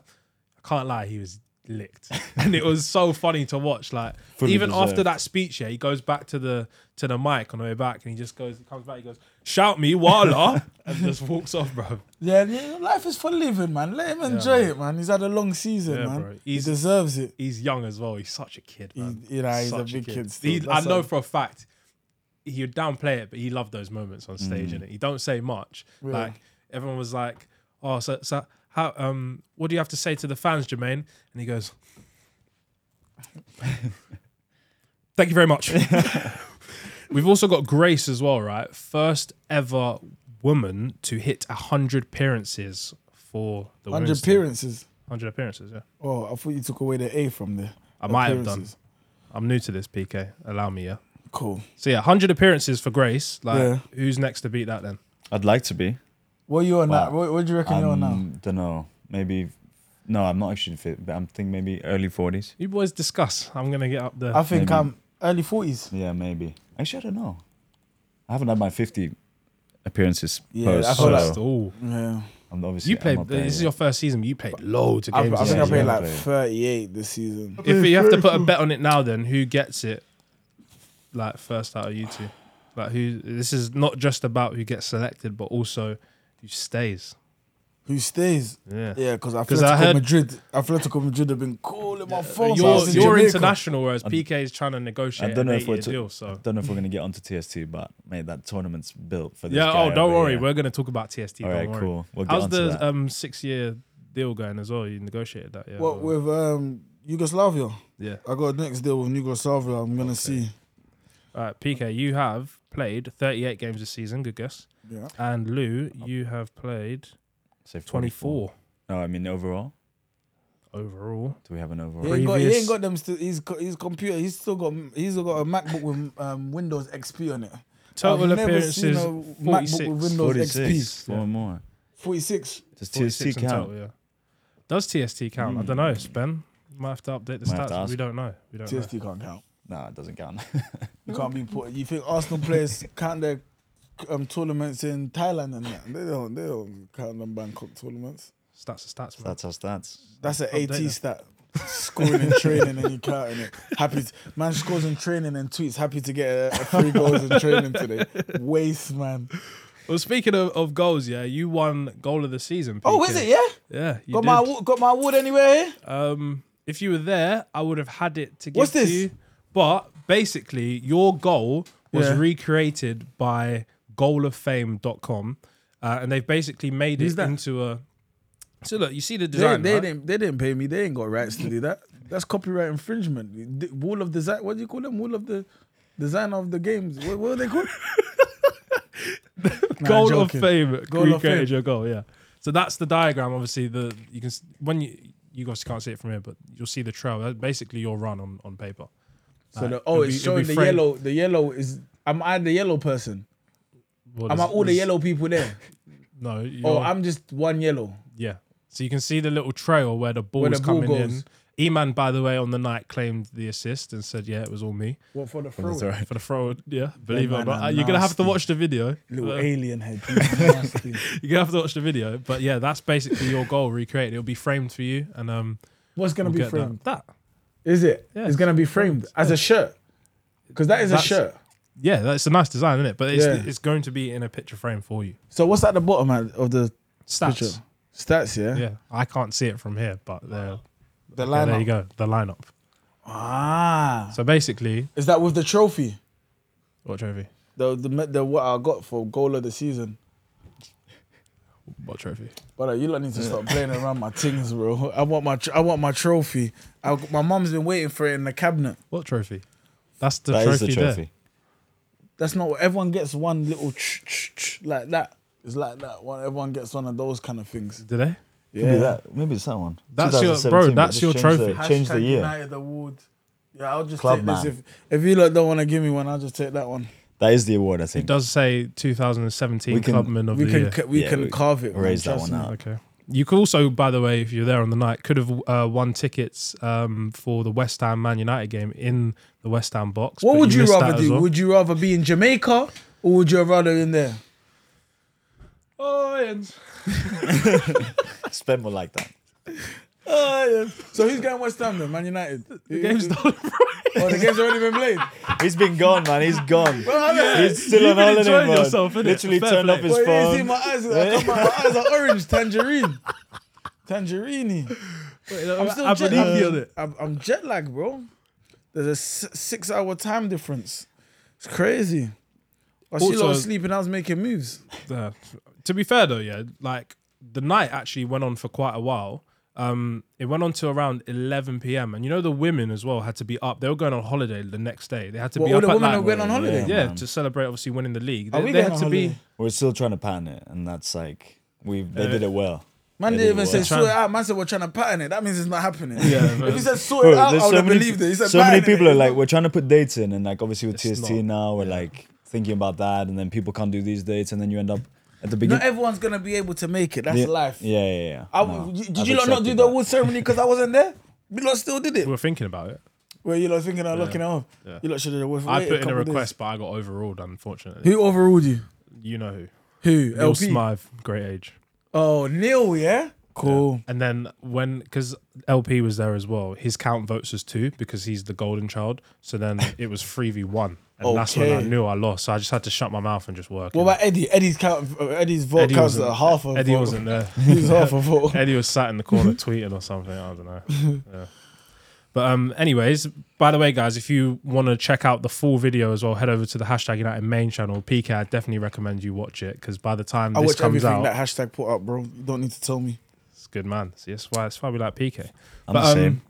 [SPEAKER 2] I can't lie, he was licked. and it was so funny to watch. Like
[SPEAKER 3] Fully
[SPEAKER 2] even after
[SPEAKER 3] deserved.
[SPEAKER 2] that speech, yeah, he goes back to the to the mic on the way back and he just goes, he comes back, he goes, Shout me, Wala and just walks off, bro.
[SPEAKER 1] Yeah, yeah, life is for living, man. Let him enjoy it, man. He's had a long season,
[SPEAKER 2] Yeah,
[SPEAKER 1] man.
[SPEAKER 2] bro.
[SPEAKER 1] He
[SPEAKER 2] He's-
[SPEAKER 1] deserves it.
[SPEAKER 2] He's young as well. He's such a kid, man.
[SPEAKER 1] He- you know, he's a
[SPEAKER 2] Such
[SPEAKER 1] big kid still.
[SPEAKER 2] He- I
[SPEAKER 1] That's
[SPEAKER 2] know
[SPEAKER 1] a-
[SPEAKER 2] for a fact he would downplay it, but he loved those moments on stage,
[SPEAKER 1] Mm.
[SPEAKER 2] and he don't say much. Like everyone was like, "Oh, so so how um what do you have to say to the fans, Jermaine?" And he goes, "Thank you very much." We've also got Grace as well, right? First ever woman to hit hundred appearances for the
[SPEAKER 1] Hundred
[SPEAKER 2] women's team.
[SPEAKER 1] appearances.
[SPEAKER 2] Hundred appearances, yeah.
[SPEAKER 1] Oh, I thought you took away the A from there.
[SPEAKER 2] I might have done.
[SPEAKER 1] Appearances.
[SPEAKER 2] I'm new to this, PK. Allow me, yeah.
[SPEAKER 1] Cool.
[SPEAKER 2] So yeah, hundred appearances for Grace. Like,
[SPEAKER 1] Yeah.
[SPEAKER 2] who's next to beat that then?
[SPEAKER 3] I'd like to be.
[SPEAKER 1] What you on
[SPEAKER 3] Wow.
[SPEAKER 1] now? What, what do you reckon you're on now?
[SPEAKER 3] Don't know. Maybe. No, I'm not actually fit, but I'm thinking maybe early 40s.
[SPEAKER 2] You boys discuss. I'm gonna get up there.
[SPEAKER 1] I think
[SPEAKER 3] maybe.
[SPEAKER 1] I'm early forties.
[SPEAKER 3] Yeah, maybe. Actually, I don't know. I haven't had my 50 appearances
[SPEAKER 1] Yeah,
[SPEAKER 3] post,
[SPEAKER 1] I
[SPEAKER 3] so
[SPEAKER 1] feel like-
[SPEAKER 2] oh,
[SPEAKER 1] Yeah.
[SPEAKER 3] I I'm obviously
[SPEAKER 2] You
[SPEAKER 3] I'm
[SPEAKER 2] played.
[SPEAKER 3] not
[SPEAKER 2] This
[SPEAKER 3] there
[SPEAKER 2] is
[SPEAKER 3] yet.
[SPEAKER 2] your first season. but You played loads of
[SPEAKER 1] I, I
[SPEAKER 2] games.
[SPEAKER 1] think
[SPEAKER 2] this
[SPEAKER 1] I
[SPEAKER 3] yeah,
[SPEAKER 2] season.
[SPEAKER 1] played
[SPEAKER 3] yeah.
[SPEAKER 1] like 38 this season.
[SPEAKER 2] If you have to put a bet on it now, then who gets it? Like first out of you two. Like who? This is not just about who gets selected, but also who stays.
[SPEAKER 1] Who stays?
[SPEAKER 2] Yeah.
[SPEAKER 1] Yeah, because Atletico
[SPEAKER 2] 'Cause I heard-
[SPEAKER 1] Madrid, Atletico Madrid have been calling my phone.
[SPEAKER 2] You're,
[SPEAKER 1] since
[SPEAKER 2] you're
[SPEAKER 1] Jamaica.
[SPEAKER 2] international, whereas PK is trying to negotiate
[SPEAKER 3] I don't
[SPEAKER 2] an
[SPEAKER 3] know if
[SPEAKER 2] eight-year
[SPEAKER 3] we're to-
[SPEAKER 2] deal. So
[SPEAKER 3] Don't know if we're gonna get onto TST, but mate, that tournament's built for this.
[SPEAKER 2] yeah.
[SPEAKER 3] guy
[SPEAKER 2] Oh, don't
[SPEAKER 3] over
[SPEAKER 2] worry.
[SPEAKER 3] here.
[SPEAKER 2] We're gonna talk about TST.
[SPEAKER 3] All
[SPEAKER 2] don't
[SPEAKER 3] right,
[SPEAKER 2] worry.
[SPEAKER 3] cool. We'll get
[SPEAKER 2] How's
[SPEAKER 3] onto that.
[SPEAKER 2] the um six-year deal going as well? You negotiated that, yeah?
[SPEAKER 1] What with um, Yugoslavia?
[SPEAKER 2] yeah.
[SPEAKER 1] I got a next deal with Yugoslavia. I'm gonna see.
[SPEAKER 2] All right, PK, you have played 38 games this season. Good guess.
[SPEAKER 1] Yeah.
[SPEAKER 2] And Lou, you have played
[SPEAKER 3] Say
[SPEAKER 2] 24
[SPEAKER 3] No, I mean overall.
[SPEAKER 2] overall.
[SPEAKER 3] Do we have an overall?
[SPEAKER 1] He ain't, got, he
[SPEAKER 2] Previous-
[SPEAKER 1] ain't got them. Still, he's co- his computer. He's still got. He's still got a MacBook with um, Windows XP on it.
[SPEAKER 2] Total
[SPEAKER 1] I've never
[SPEAKER 2] appearances
[SPEAKER 1] seen a MacBook with
[SPEAKER 2] 46.
[SPEAKER 1] Windows XP.
[SPEAKER 3] 46. Four
[SPEAKER 2] Yeah.
[SPEAKER 3] more.
[SPEAKER 1] Forty six.
[SPEAKER 3] Does
[SPEAKER 2] 46
[SPEAKER 3] TST
[SPEAKER 2] in
[SPEAKER 3] count?
[SPEAKER 2] total, yeah. Does TST count? I don't know, Ben. Might have to update the
[SPEAKER 3] Hmm. Might have to
[SPEAKER 2] stats.
[SPEAKER 3] ask.
[SPEAKER 2] We don't know. We don't know.
[SPEAKER 1] TST can't count.
[SPEAKER 3] No, it doesn't count.
[SPEAKER 1] You can't be put. You think Arsenal players count their um, tournaments in Thailand and that? They don't. They don't count them Bangkok tournaments.
[SPEAKER 2] Stats are stats, man.
[SPEAKER 3] That's our stats.
[SPEAKER 1] That's an
[SPEAKER 2] Update that.
[SPEAKER 1] AT stat. Scoring and training and you counting it. Happy to, man scores in training and tweets. Happy to get a, a three goals in training today. Waste man.
[SPEAKER 2] Well, speaking of, of goals, yeah, you won goal of the season.
[SPEAKER 1] Oh,
[SPEAKER 2] PK.
[SPEAKER 1] is it? Yeah.
[SPEAKER 2] Yeah, you
[SPEAKER 1] Got
[SPEAKER 2] did.
[SPEAKER 1] my awa- got my award anywhere here.
[SPEAKER 2] Um, if you were there, I would have had it to give
[SPEAKER 1] What's this?
[SPEAKER 2] to you. But basically, your goal was
[SPEAKER 1] Yeah.
[SPEAKER 2] recreated by goaloffame.com. Uh, and they've basically made
[SPEAKER 1] Who's
[SPEAKER 2] it
[SPEAKER 1] that?
[SPEAKER 2] into a. So look, you see the design. right?
[SPEAKER 1] didn't. They didn't pay me. They ain't got rights to do that. That's copyright infringement. The- Wall of design. What do you call them? Wall of the design of the games. What, what are they called? Nah,
[SPEAKER 2] goal of
[SPEAKER 1] joking.
[SPEAKER 2] fame.
[SPEAKER 1] Goal of
[SPEAKER 2] recreated
[SPEAKER 1] fame.
[SPEAKER 2] your goal. Yeah. So that's the diagram. Obviously, the you can s- when you you guys can't see it from here, but you'll see the trail. That's basically your run on on paper.
[SPEAKER 1] So the,
[SPEAKER 2] it'll
[SPEAKER 1] oh, it's
[SPEAKER 2] be- it'll
[SPEAKER 1] showing
[SPEAKER 2] be
[SPEAKER 1] the
[SPEAKER 2] framed.
[SPEAKER 1] yellow. The yellow is. Am I the yellow person?
[SPEAKER 2] Well,
[SPEAKER 1] Am I
[SPEAKER 2] there's-
[SPEAKER 1] all the
[SPEAKER 2] there's-
[SPEAKER 1] yellow Oh, people there?
[SPEAKER 2] No.
[SPEAKER 1] Or
[SPEAKER 2] you're-
[SPEAKER 1] I'm just one yellow.
[SPEAKER 2] Yeah. So you can see the little trail where the ball's
[SPEAKER 1] Where the ball
[SPEAKER 2] coming
[SPEAKER 1] goes.
[SPEAKER 2] in. Eman, by the way, on the night claimed the assist and said, "Yeah, it was all me
[SPEAKER 1] What for the
[SPEAKER 3] That's all
[SPEAKER 1] throw?
[SPEAKER 3] right.
[SPEAKER 2] for the throw." Yeah, believe it or
[SPEAKER 1] man
[SPEAKER 2] not,
[SPEAKER 1] are
[SPEAKER 2] you're gonna have to
[SPEAKER 1] nasty.
[SPEAKER 2] watch the video.
[SPEAKER 1] Little
[SPEAKER 2] Uh,
[SPEAKER 1] alien head. Nasty.
[SPEAKER 2] you're gonna have to watch the video, but yeah, that's basically your goal recreated. It'll be framed for you, and um,
[SPEAKER 1] What's gonna be
[SPEAKER 2] we'll get that-
[SPEAKER 1] framed?
[SPEAKER 2] That.
[SPEAKER 1] Is it?
[SPEAKER 2] Yeah,
[SPEAKER 1] it's gonna be framed as a shirt. Because that is
[SPEAKER 2] That's-
[SPEAKER 1] a shirt.
[SPEAKER 2] Yeah, that's a nice design, isn't it? But it's,
[SPEAKER 1] Yeah.
[SPEAKER 2] it's going to be in a picture frame for you.
[SPEAKER 1] So what's at the bottom man, of the
[SPEAKER 2] Stats.
[SPEAKER 1] picture? Stats, yeah.
[SPEAKER 2] Yeah, I can't see it from here, but there,
[SPEAKER 1] The
[SPEAKER 2] yeah,
[SPEAKER 1] lineup.
[SPEAKER 2] there you go. The lineup.
[SPEAKER 1] Ah,
[SPEAKER 2] So basically,
[SPEAKER 1] is that with the trophy?
[SPEAKER 2] what trophy?
[SPEAKER 1] The the me- the what I got for goal of the season.
[SPEAKER 2] What trophy?
[SPEAKER 1] But uh, you lot need to stop playing around my things, bro. I want my tr- I want my trophy. I, my mum's been waiting for it in the cabinet.
[SPEAKER 2] What trophy? That's the,
[SPEAKER 3] That
[SPEAKER 2] trophy,
[SPEAKER 3] is the
[SPEAKER 2] there.
[SPEAKER 3] trophy.
[SPEAKER 1] That's not what everyone gets. One little ch- ch- ch- like that. It's like that. One everyone gets one of those kind of things.
[SPEAKER 2] Did they?
[SPEAKER 3] Yeah. Maybe that. Maybe it's that one.
[SPEAKER 2] That's your- bro,
[SPEAKER 3] 2017, but
[SPEAKER 2] that's
[SPEAKER 3] just
[SPEAKER 2] your
[SPEAKER 3] change the-
[SPEAKER 2] trophy.
[SPEAKER 3] Change the
[SPEAKER 1] Hashtag
[SPEAKER 3] year.
[SPEAKER 1] United award. Yeah, I'll just
[SPEAKER 3] Club
[SPEAKER 1] take
[SPEAKER 3] man.
[SPEAKER 1] this. If if you lot don't want to give me one, I'll just take that one.
[SPEAKER 3] That is the award. I
[SPEAKER 2] It
[SPEAKER 3] think.
[SPEAKER 2] does say 2017
[SPEAKER 3] We can-
[SPEAKER 2] Clubman of
[SPEAKER 1] we
[SPEAKER 2] the
[SPEAKER 1] can
[SPEAKER 2] Year.
[SPEAKER 1] ca- we
[SPEAKER 3] Yeah,
[SPEAKER 1] can
[SPEAKER 3] we-
[SPEAKER 1] carve it. man,
[SPEAKER 3] Raise that
[SPEAKER 1] trust
[SPEAKER 3] one
[SPEAKER 1] me.
[SPEAKER 3] out.
[SPEAKER 2] okay. You could also, by the way, if you're there on the night, could have uh, won tickets um, for the West Ham Man United game in the West Ham box.
[SPEAKER 1] What
[SPEAKER 2] but
[SPEAKER 1] would you
[SPEAKER 2] missed that
[SPEAKER 1] rather
[SPEAKER 2] as
[SPEAKER 1] do?
[SPEAKER 2] well.
[SPEAKER 1] Would you rather be in Jamaica or would you rather in there?
[SPEAKER 2] oh, and
[SPEAKER 3] Spend more like that.
[SPEAKER 1] So who's going West Ham then? Man United.
[SPEAKER 2] the game's done.
[SPEAKER 1] Oh, the game's already been played.
[SPEAKER 3] He's been gone, man. He's gone. He's still
[SPEAKER 2] you've been
[SPEAKER 3] on holiday,
[SPEAKER 2] enjoying
[SPEAKER 3] man.
[SPEAKER 2] yourself, innit?
[SPEAKER 3] Literally
[SPEAKER 2] Fair
[SPEAKER 3] turned
[SPEAKER 2] play.
[SPEAKER 3] off his
[SPEAKER 1] Well, you didn't see
[SPEAKER 3] phone.
[SPEAKER 1] my eyes. I come, my eyes are orange, tangerine, tangerine. I'm still jet lagged.
[SPEAKER 2] Aberdeen on it.
[SPEAKER 1] I'm, I'm jet lag, bro. There's a s- six hour time difference. It's crazy. I see a lot
[SPEAKER 2] Also-
[SPEAKER 1] of sleeping. I was making moves.
[SPEAKER 2] Yeah. to be fair though, yeah, like the night actually went on for quite a while. Um, it went on to around 11 p.m. and you know the women as well had to be up. They were going on holiday the next day. They had to
[SPEAKER 1] What,
[SPEAKER 2] be
[SPEAKER 1] all
[SPEAKER 2] up
[SPEAKER 1] the
[SPEAKER 2] at
[SPEAKER 1] women
[SPEAKER 2] like,
[SPEAKER 1] that went on holiday.
[SPEAKER 3] Yeah.
[SPEAKER 2] yeah
[SPEAKER 3] man.
[SPEAKER 2] to celebrate obviously winning the league. They,
[SPEAKER 1] we
[SPEAKER 2] they
[SPEAKER 1] going
[SPEAKER 2] had
[SPEAKER 1] on
[SPEAKER 2] to be
[SPEAKER 1] holiday?
[SPEAKER 3] We're still trying to pattern it, and that's like we. They did it well.
[SPEAKER 1] Man
[SPEAKER 3] They
[SPEAKER 1] didn't
[SPEAKER 3] did
[SPEAKER 1] even
[SPEAKER 3] it
[SPEAKER 1] say
[SPEAKER 3] well.
[SPEAKER 1] sort it out. Man said we're trying to pattern it. That means it's not happening.
[SPEAKER 2] Yeah,
[SPEAKER 1] if he said sort
[SPEAKER 3] Bro,
[SPEAKER 1] it out,
[SPEAKER 3] there's
[SPEAKER 1] I would
[SPEAKER 3] so
[SPEAKER 1] have
[SPEAKER 3] many,
[SPEAKER 1] believed it. He said
[SPEAKER 3] so many
[SPEAKER 1] pattern it.
[SPEAKER 3] people are like, we're trying to put dates in, and like obviously with
[SPEAKER 2] It's
[SPEAKER 3] TST
[SPEAKER 2] not.
[SPEAKER 3] now, we're like thinking about that, and then people can't do these dates, and then you end up at the
[SPEAKER 1] Not
[SPEAKER 3] beginning.
[SPEAKER 1] everyone's gonna be able to make it. That's
[SPEAKER 3] Yeah,
[SPEAKER 1] life.
[SPEAKER 3] Yeah, yeah, yeah.
[SPEAKER 1] I,
[SPEAKER 3] No,
[SPEAKER 1] did
[SPEAKER 3] I've
[SPEAKER 1] you lot not do
[SPEAKER 3] accepted
[SPEAKER 1] the
[SPEAKER 3] that.
[SPEAKER 1] award ceremony because I wasn't there? You lot still did it.
[SPEAKER 2] we were thinking about it.
[SPEAKER 1] Well, you lot thinking of looking it off.
[SPEAKER 2] Yeah.
[SPEAKER 1] You lot should have waited.
[SPEAKER 2] I put in a
[SPEAKER 1] couple of days.
[SPEAKER 2] request, but I got overruled, unfortunately.
[SPEAKER 1] Who overruled you?
[SPEAKER 2] You know who?
[SPEAKER 1] Who?
[SPEAKER 2] Bill
[SPEAKER 1] LP.
[SPEAKER 2] Smythe, great age.
[SPEAKER 1] Oh, Neil, yeah? Cool.
[SPEAKER 2] And then when, because LP was there as well, his count votes as two because he's the golden child. So then it was 3v1. And that's when I
[SPEAKER 1] Okay.
[SPEAKER 2] knew I lost. So I just had to shut my mouth and just work.
[SPEAKER 1] What about Eddie? Eddie's count, uh, Eddie's vote
[SPEAKER 2] Eddie
[SPEAKER 1] counts
[SPEAKER 2] wasn't-
[SPEAKER 1] at half of
[SPEAKER 2] Eddie
[SPEAKER 1] vote.
[SPEAKER 2] wasn't there.
[SPEAKER 1] He's half a vote.
[SPEAKER 2] Eddie was sat in the corner tweeting or something. I don't know. Yeah. But um, anyways, by the way, guys, if you want to check out the full video as well, head over to the hashtag United main channel. PK, I definitely recommend you watch it because by the time
[SPEAKER 1] I
[SPEAKER 2] this
[SPEAKER 1] watch
[SPEAKER 2] comes
[SPEAKER 1] everything
[SPEAKER 2] out,
[SPEAKER 1] that hashtag put up, bro. You don't need to tell me.
[SPEAKER 2] it's good man. See, that's why that's why we like PK.
[SPEAKER 3] I'm
[SPEAKER 2] But,
[SPEAKER 3] the
[SPEAKER 2] um,
[SPEAKER 3] same.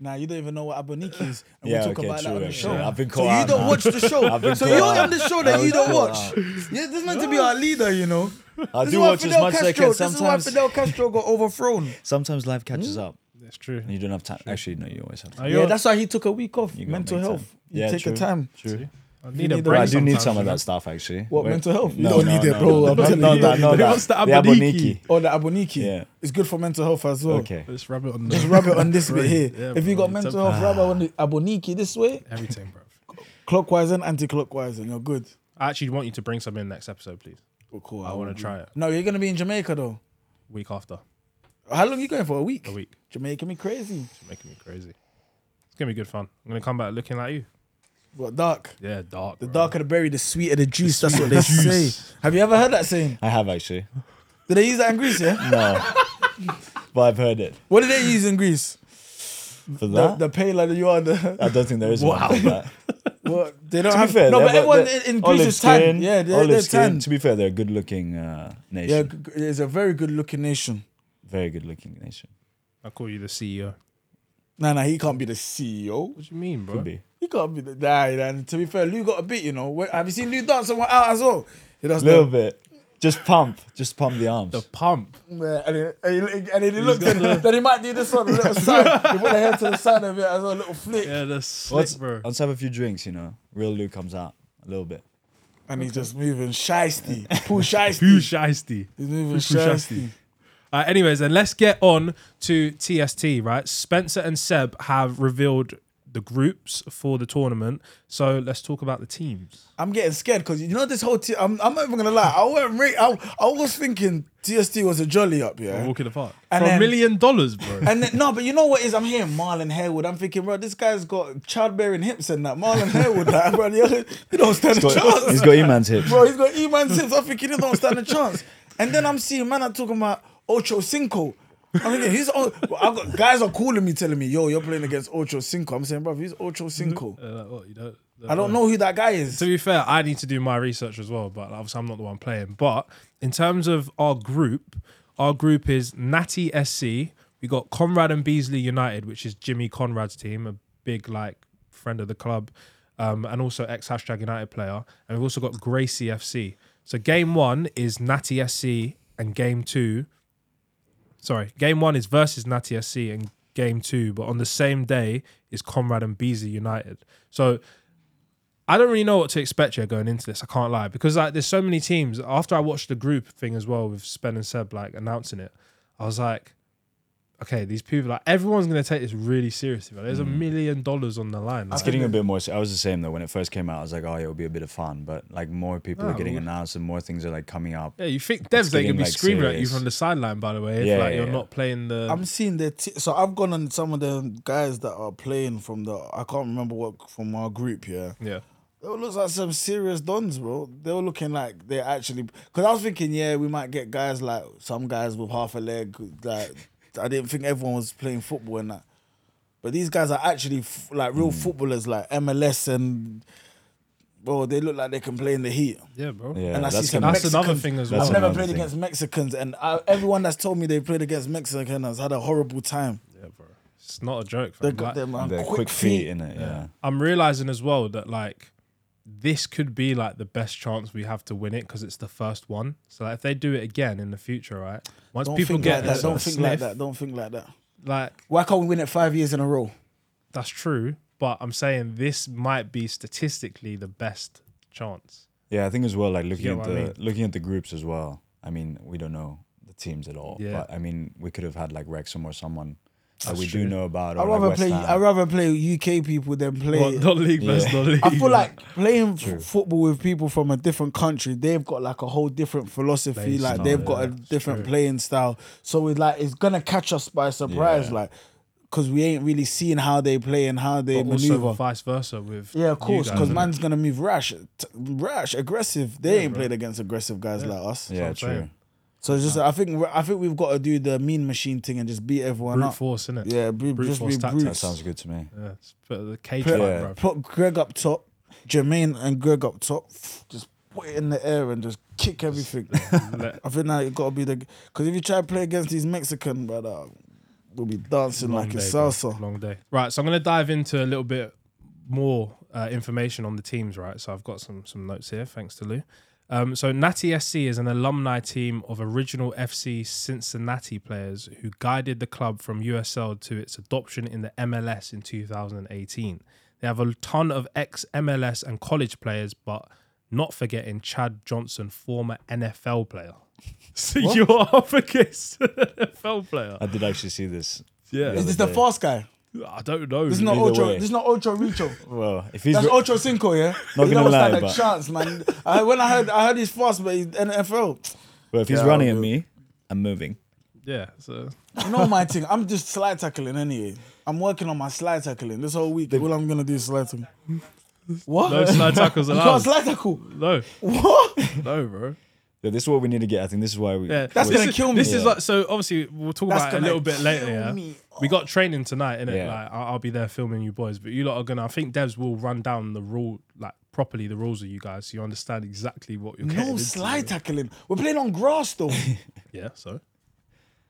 [SPEAKER 1] Nah, you don't even know what Aboniki is. And
[SPEAKER 3] Yeah,
[SPEAKER 1] we talk
[SPEAKER 3] okay,
[SPEAKER 1] about that
[SPEAKER 3] true,
[SPEAKER 1] on the
[SPEAKER 3] actually.
[SPEAKER 1] show.
[SPEAKER 3] I've been caught
[SPEAKER 1] so you
[SPEAKER 3] out
[SPEAKER 1] don't
[SPEAKER 3] now.
[SPEAKER 1] watch the
[SPEAKER 3] I've
[SPEAKER 1] show.
[SPEAKER 3] been
[SPEAKER 1] so
[SPEAKER 3] caught
[SPEAKER 1] you're
[SPEAKER 3] out.
[SPEAKER 1] on the show that
[SPEAKER 3] I
[SPEAKER 1] you
[SPEAKER 3] was
[SPEAKER 1] don't
[SPEAKER 3] caught
[SPEAKER 1] watch.
[SPEAKER 3] out.
[SPEAKER 1] Yeah, this is meant to be our leader, you know.
[SPEAKER 3] I
[SPEAKER 1] This
[SPEAKER 3] do
[SPEAKER 1] is why
[SPEAKER 3] watch as
[SPEAKER 1] Fidel
[SPEAKER 3] much as
[SPEAKER 1] Castro,
[SPEAKER 3] I can.
[SPEAKER 1] This is why
[SPEAKER 3] Sometimes,
[SPEAKER 1] Fidel Castro got overthrown.
[SPEAKER 3] sometimes life catches up.
[SPEAKER 2] That's true.
[SPEAKER 3] And you don't have time. Actually, no, you always have
[SPEAKER 2] Are
[SPEAKER 3] time.
[SPEAKER 2] you
[SPEAKER 1] Yeah,
[SPEAKER 2] on-
[SPEAKER 1] that's why he took a week off.
[SPEAKER 3] You gotta
[SPEAKER 1] mental
[SPEAKER 3] make time.
[SPEAKER 1] health. You
[SPEAKER 3] Yeah,
[SPEAKER 1] take
[SPEAKER 3] true.
[SPEAKER 1] a time.
[SPEAKER 3] True.
[SPEAKER 2] I
[SPEAKER 1] you
[SPEAKER 2] need a
[SPEAKER 1] need a
[SPEAKER 2] break.
[SPEAKER 3] I do need
[SPEAKER 2] sometimes,
[SPEAKER 3] some
[SPEAKER 2] you
[SPEAKER 3] of
[SPEAKER 2] know?
[SPEAKER 3] that stuff actually.
[SPEAKER 1] What,
[SPEAKER 3] Wait.
[SPEAKER 1] mental health? You
[SPEAKER 3] No,
[SPEAKER 1] don't
[SPEAKER 3] no,
[SPEAKER 1] need it,
[SPEAKER 3] no,
[SPEAKER 1] bro.
[SPEAKER 3] no,
[SPEAKER 1] I'm
[SPEAKER 3] no,
[SPEAKER 1] telling
[SPEAKER 3] no,
[SPEAKER 1] you.
[SPEAKER 3] no, no,
[SPEAKER 2] He
[SPEAKER 3] no.
[SPEAKER 2] wants the
[SPEAKER 3] The
[SPEAKER 2] Aboniki.
[SPEAKER 3] Aboniki.
[SPEAKER 1] Or Oh, the Aboniki.
[SPEAKER 3] Yeah.
[SPEAKER 1] It's good for mental health as well.
[SPEAKER 3] Okay.
[SPEAKER 2] Let's rub it on
[SPEAKER 1] Just
[SPEAKER 2] the
[SPEAKER 1] rub it on this bit here.
[SPEAKER 2] Yeah,
[SPEAKER 1] if you
[SPEAKER 2] bro,
[SPEAKER 1] got
[SPEAKER 2] it's
[SPEAKER 1] mental
[SPEAKER 2] up-
[SPEAKER 1] health, rub it on the Aboniki this way,
[SPEAKER 2] everything, bro.
[SPEAKER 1] clockwise and anti-clockwise, and you're good.
[SPEAKER 2] I actually want you to bring some in next episode, please.
[SPEAKER 1] cool.
[SPEAKER 2] I want to try it
[SPEAKER 1] No, you're gonna be in Jamaica though.
[SPEAKER 2] week after
[SPEAKER 1] How long you going for? A week.
[SPEAKER 2] a week.
[SPEAKER 1] Jamaica me crazy.
[SPEAKER 2] It's making me crazy. It's gonna be good fun. I'm gonna come back looking like you.
[SPEAKER 1] What dark?
[SPEAKER 2] Yeah, dark.
[SPEAKER 1] The
[SPEAKER 2] bro.
[SPEAKER 1] darker the berry, the sweeter the juice. That's what they say. Have you ever heard that saying?
[SPEAKER 3] I have actually.
[SPEAKER 1] Did they use that in Greece? Yeah.
[SPEAKER 3] No. but I've heard it.
[SPEAKER 1] What did they use in Greece? The,
[SPEAKER 3] For that,
[SPEAKER 1] the paler you are, the
[SPEAKER 3] I don't think there is wow. one for that.
[SPEAKER 1] what, they don't
[SPEAKER 3] to
[SPEAKER 1] have.
[SPEAKER 3] be fair,
[SPEAKER 1] no,
[SPEAKER 3] they're-
[SPEAKER 1] but everyone
[SPEAKER 3] they're-
[SPEAKER 1] in in
[SPEAKER 3] olive
[SPEAKER 1] Greece is tan.
[SPEAKER 3] skin,
[SPEAKER 1] yeah, they're,
[SPEAKER 3] olive
[SPEAKER 1] they're
[SPEAKER 3] skin.
[SPEAKER 1] tan.
[SPEAKER 3] To be fair, they're a good-looking uh, nation.
[SPEAKER 1] Yeah, g- g- it's a very good-looking nation.
[SPEAKER 3] Very good-looking nation.
[SPEAKER 2] I call you the CEO.
[SPEAKER 1] Nah, nah, he can't be the CEO.
[SPEAKER 2] What do you mean, bro?
[SPEAKER 3] Could be.
[SPEAKER 1] He can't be the guy. And to be fair, Lou got a bit. You know, Where- have you seen Lou dance someone out as well? He does
[SPEAKER 3] A little
[SPEAKER 1] the
[SPEAKER 3] bit. Just pump. Just pump the arms.
[SPEAKER 2] The pump.
[SPEAKER 1] Yeah, and, then, and, he, and then he looked at it. Then he might do this one, a little side. He put the head to the side of it as well, a little flick.
[SPEAKER 2] Yeah, that's
[SPEAKER 3] Let's,
[SPEAKER 2] slick, bro.
[SPEAKER 3] let's have a few drinks, you know. Real Lou comes out a little bit.
[SPEAKER 1] And he's just moving shisty. Poo
[SPEAKER 2] Who
[SPEAKER 1] shisty.
[SPEAKER 2] shiesty?
[SPEAKER 1] He's moving
[SPEAKER 2] Who
[SPEAKER 1] shisty.
[SPEAKER 2] shiesty? Uh, anyways, then let's get on to TST, right? Spencer and Seb have revealed the groups for the tournament. So let's talk about the teams.
[SPEAKER 1] I'm getting scared because you know this whole team. I'm, I'm not even gonna lie. I wasn't. Re- I, I was thinking TST was a jolly up, yeah.
[SPEAKER 2] Walking apart.
[SPEAKER 1] And
[SPEAKER 2] For a
[SPEAKER 1] then-
[SPEAKER 2] million dollars, bro.
[SPEAKER 1] And then, no, but you know what is? I'm hearing Marlon Harewood. I'm thinking, bro, this guy's got childbearing hips and that. Marlon Harewood, that, bro, you you don't stand a
[SPEAKER 3] He's got,
[SPEAKER 1] chance.
[SPEAKER 3] he's got E-man's hips.
[SPEAKER 1] bro. He's got E-man tips. I think he don't stand a chance. And then I'm seeing man, I'm talking about Ocho Cinco. I'm thinking he's. o- I've got guys are calling me, telling me, "Yo, you're playing against Ocho Cinco." I'm saying, bro, he's Ocho Cinco.
[SPEAKER 2] Uh, like, what, you don't-
[SPEAKER 1] I don't know who that guy is.
[SPEAKER 2] To be fair, I need to do my research as well, but obviously I'm not the one playing. But in terms of our group, our group is Natty SC. We got Conrad and Beasley United, which is Jimmy Conrad's team, a big like friend of the club, um, and also ex hashtag United player. And we've also got Gracie FC. So game one is Natty SC, and game two, sorry, game one is versus Natty SC, and game two, but on the same day is Conrad and Beasley United. So I don't really know what to expect here going into this. I can't lie because like there's so many teams. After I watched the group thing as well with Spen and Seb like announcing it, I was like, okay, these people like everyone's gonna take this really seriously. But there's a million dollars on the line.
[SPEAKER 3] It's
[SPEAKER 2] like-
[SPEAKER 3] getting a bit more. Mm. I was the same though. When it first came out, I was like, "Oh, yeah, it'll be a bit of fun," but like more people
[SPEAKER 1] Oh,
[SPEAKER 2] No.
[SPEAKER 3] are getting announced and more things are like coming up.
[SPEAKER 2] yeah, you think devs they
[SPEAKER 3] getting,
[SPEAKER 2] can be
[SPEAKER 3] like,
[SPEAKER 2] screaming at you
[SPEAKER 3] serious.
[SPEAKER 2] from the sideline? By the way, if
[SPEAKER 3] Yeah,
[SPEAKER 2] like
[SPEAKER 3] yeah,
[SPEAKER 2] you're
[SPEAKER 3] yeah.
[SPEAKER 2] not playing the
[SPEAKER 1] I'm seeing the t- so I've gone on some of the guys that are playing from the I can't remember what from our group, yeah.
[SPEAKER 2] yeah.
[SPEAKER 1] They were looks like some serious dons, bro. They were looking like they actually. Because I was thinking, yeah, we might get guys like some guys with half a leg. Like I didn't think everyone was playing football and that. But these guys are actually f- like
[SPEAKER 2] Hmm.
[SPEAKER 1] real footballers, like MLS and. Bro, they look like they can play in the heat.
[SPEAKER 2] Yeah, bro.
[SPEAKER 3] Yeah,
[SPEAKER 1] and I see
[SPEAKER 3] that's
[SPEAKER 1] some
[SPEAKER 3] gonna-
[SPEAKER 2] That's
[SPEAKER 1] Mexicans.
[SPEAKER 2] another thing as
[SPEAKER 3] That's
[SPEAKER 2] well.
[SPEAKER 1] I've never
[SPEAKER 3] another
[SPEAKER 1] played
[SPEAKER 3] thing.
[SPEAKER 1] against Mexicans, and I, everyone that's told me they played against Mexicans has had a horrible time.
[SPEAKER 2] Yeah, bro. It's not a joke.
[SPEAKER 1] They
[SPEAKER 2] fam.
[SPEAKER 1] got
[SPEAKER 2] Like,
[SPEAKER 1] them um,
[SPEAKER 3] the
[SPEAKER 1] quick,
[SPEAKER 3] quick,
[SPEAKER 1] feet.
[SPEAKER 3] feet in it. Yeah,
[SPEAKER 2] I'm realizing as well that like this could be like the best chance we have to win it because it's the first one. So like, if they do it again in the future, right? Once
[SPEAKER 1] Don't
[SPEAKER 2] people
[SPEAKER 1] think
[SPEAKER 2] get
[SPEAKER 1] like that. Don't think like
[SPEAKER 2] sniff,
[SPEAKER 1] that. Don't think like that.
[SPEAKER 2] like,
[SPEAKER 1] Why can't we win it five years in a row?
[SPEAKER 2] that's true. But I'm saying this might be statistically the best chance.
[SPEAKER 3] yeah. I think as well, like looking
[SPEAKER 2] get
[SPEAKER 3] at
[SPEAKER 2] what
[SPEAKER 3] the
[SPEAKER 2] I mean?
[SPEAKER 3] looking at the groups as well. I mean, we don't know the teams at all.
[SPEAKER 2] Yeah.
[SPEAKER 3] But I mean, we could have had like Wrexham or someone that we do know about.
[SPEAKER 1] I'd
[SPEAKER 3] or like
[SPEAKER 1] rather
[SPEAKER 3] West
[SPEAKER 1] play.
[SPEAKER 3] Ham.
[SPEAKER 1] I'd rather play UK people than play.
[SPEAKER 2] Well, not league best, not league.
[SPEAKER 1] I feel like playing f- football with people from a different country, they've got like a whole different philosophy.
[SPEAKER 3] Playing
[SPEAKER 1] like
[SPEAKER 3] style,
[SPEAKER 1] they've got
[SPEAKER 3] yeah,
[SPEAKER 1] a different playing style. So it's like it's gonna catch us by surprise,
[SPEAKER 3] Yeah.
[SPEAKER 1] like because we ain't really seeing how they play and how they
[SPEAKER 2] But also
[SPEAKER 1] maneuver.
[SPEAKER 2] vice versa with
[SPEAKER 1] Yeah, of
[SPEAKER 2] you
[SPEAKER 1] course,
[SPEAKER 2] guys,
[SPEAKER 1] because
[SPEAKER 2] innit?
[SPEAKER 1] man's gonna move rash, t- rash, aggressive. They ain't played against aggressive guys like us.
[SPEAKER 3] yeah,
[SPEAKER 2] I'm
[SPEAKER 3] true.
[SPEAKER 2] saying.
[SPEAKER 1] So it's just I think we're- I think we've got to do the mean machine thing and just beat everyone
[SPEAKER 2] brute
[SPEAKER 1] up.
[SPEAKER 2] force, innit?
[SPEAKER 1] Yeah, bru-
[SPEAKER 2] Brute
[SPEAKER 1] just
[SPEAKER 2] force
[SPEAKER 1] be
[SPEAKER 2] tactics.
[SPEAKER 3] That
[SPEAKER 1] brutes.
[SPEAKER 3] sounds good to me.
[SPEAKER 2] Yeah, it's a bit of the cage
[SPEAKER 1] Put,
[SPEAKER 2] fight,
[SPEAKER 3] Yeah.
[SPEAKER 2] bro.
[SPEAKER 1] put Greg up top, Jermaine and Greg up top. Just put it in the air and just kick everything.
[SPEAKER 2] Let-
[SPEAKER 1] I think now it got to be the because if you try to play against these Mexican brother, we'll be dancing
[SPEAKER 2] Long
[SPEAKER 1] like
[SPEAKER 2] day,
[SPEAKER 1] it's
[SPEAKER 2] bro.
[SPEAKER 1] salsa.
[SPEAKER 2] Long day. Right, so I'm going to dive into a little bit more uh, information on the teams, right? So I've got some some notes here, thanks to Lou. Um, so Natty SC is an alumni team of original FC Cincinnati players who guided the club from USL to its adoption in the MLS in 2018. They have a ton of ex MLS and college players, but not forgetting Chad Johnson, former NFL player. So you are up against an NFL player.
[SPEAKER 3] I did actually see this.
[SPEAKER 2] Yeah.
[SPEAKER 1] Is this the fast guy?
[SPEAKER 2] I don't know.
[SPEAKER 1] This is not
[SPEAKER 3] Either
[SPEAKER 1] Ocho.
[SPEAKER 3] way.
[SPEAKER 1] This is not Ocho Richo.
[SPEAKER 3] Well, if he's
[SPEAKER 1] That's
[SPEAKER 3] re-
[SPEAKER 1] Ocho Cinco, yeah.
[SPEAKER 3] Not
[SPEAKER 1] he
[SPEAKER 3] gonna
[SPEAKER 1] never
[SPEAKER 3] lie,
[SPEAKER 1] stand a
[SPEAKER 3] but-
[SPEAKER 1] chance, man. I, when I heard, I heard he's fast, but he's NFL.
[SPEAKER 3] well, if he's
[SPEAKER 1] Yeah,
[SPEAKER 3] running
[SPEAKER 1] I'll
[SPEAKER 3] at
[SPEAKER 1] do.
[SPEAKER 3] me, I'm moving.
[SPEAKER 2] yeah. So
[SPEAKER 1] You know my thing. I'm just slide tackling anyway. I'm working on my slide tackling this whole week. All I'm gonna do is slide tackle. What?
[SPEAKER 2] no slide tackles
[SPEAKER 1] you can't
[SPEAKER 2] allowed.
[SPEAKER 1] slide tackle.
[SPEAKER 2] No,
[SPEAKER 1] What?
[SPEAKER 2] no, bro.
[SPEAKER 3] Yeah, this is what we need to get. I think this is why we.
[SPEAKER 2] Yeah,
[SPEAKER 1] That's
[SPEAKER 2] this
[SPEAKER 1] gonna
[SPEAKER 2] is-
[SPEAKER 1] kill me.
[SPEAKER 2] This is
[SPEAKER 3] Yeah.
[SPEAKER 2] like so. Obviously, we'll talk
[SPEAKER 1] That's
[SPEAKER 2] about it a
[SPEAKER 1] gonna
[SPEAKER 2] little bit later.
[SPEAKER 1] kill
[SPEAKER 2] Yeah,
[SPEAKER 1] me.
[SPEAKER 2] we got training tonight, innit?
[SPEAKER 3] Yeah.
[SPEAKER 2] Like I'll, I'll be there filming you boys, but you lot are gonna. I think Devs will run down the rule like properly the rules of you guys, so you understand exactly what you're. getting
[SPEAKER 1] No
[SPEAKER 2] into.
[SPEAKER 1] slide tackling. We're playing on grass though.
[SPEAKER 2] Yeah. So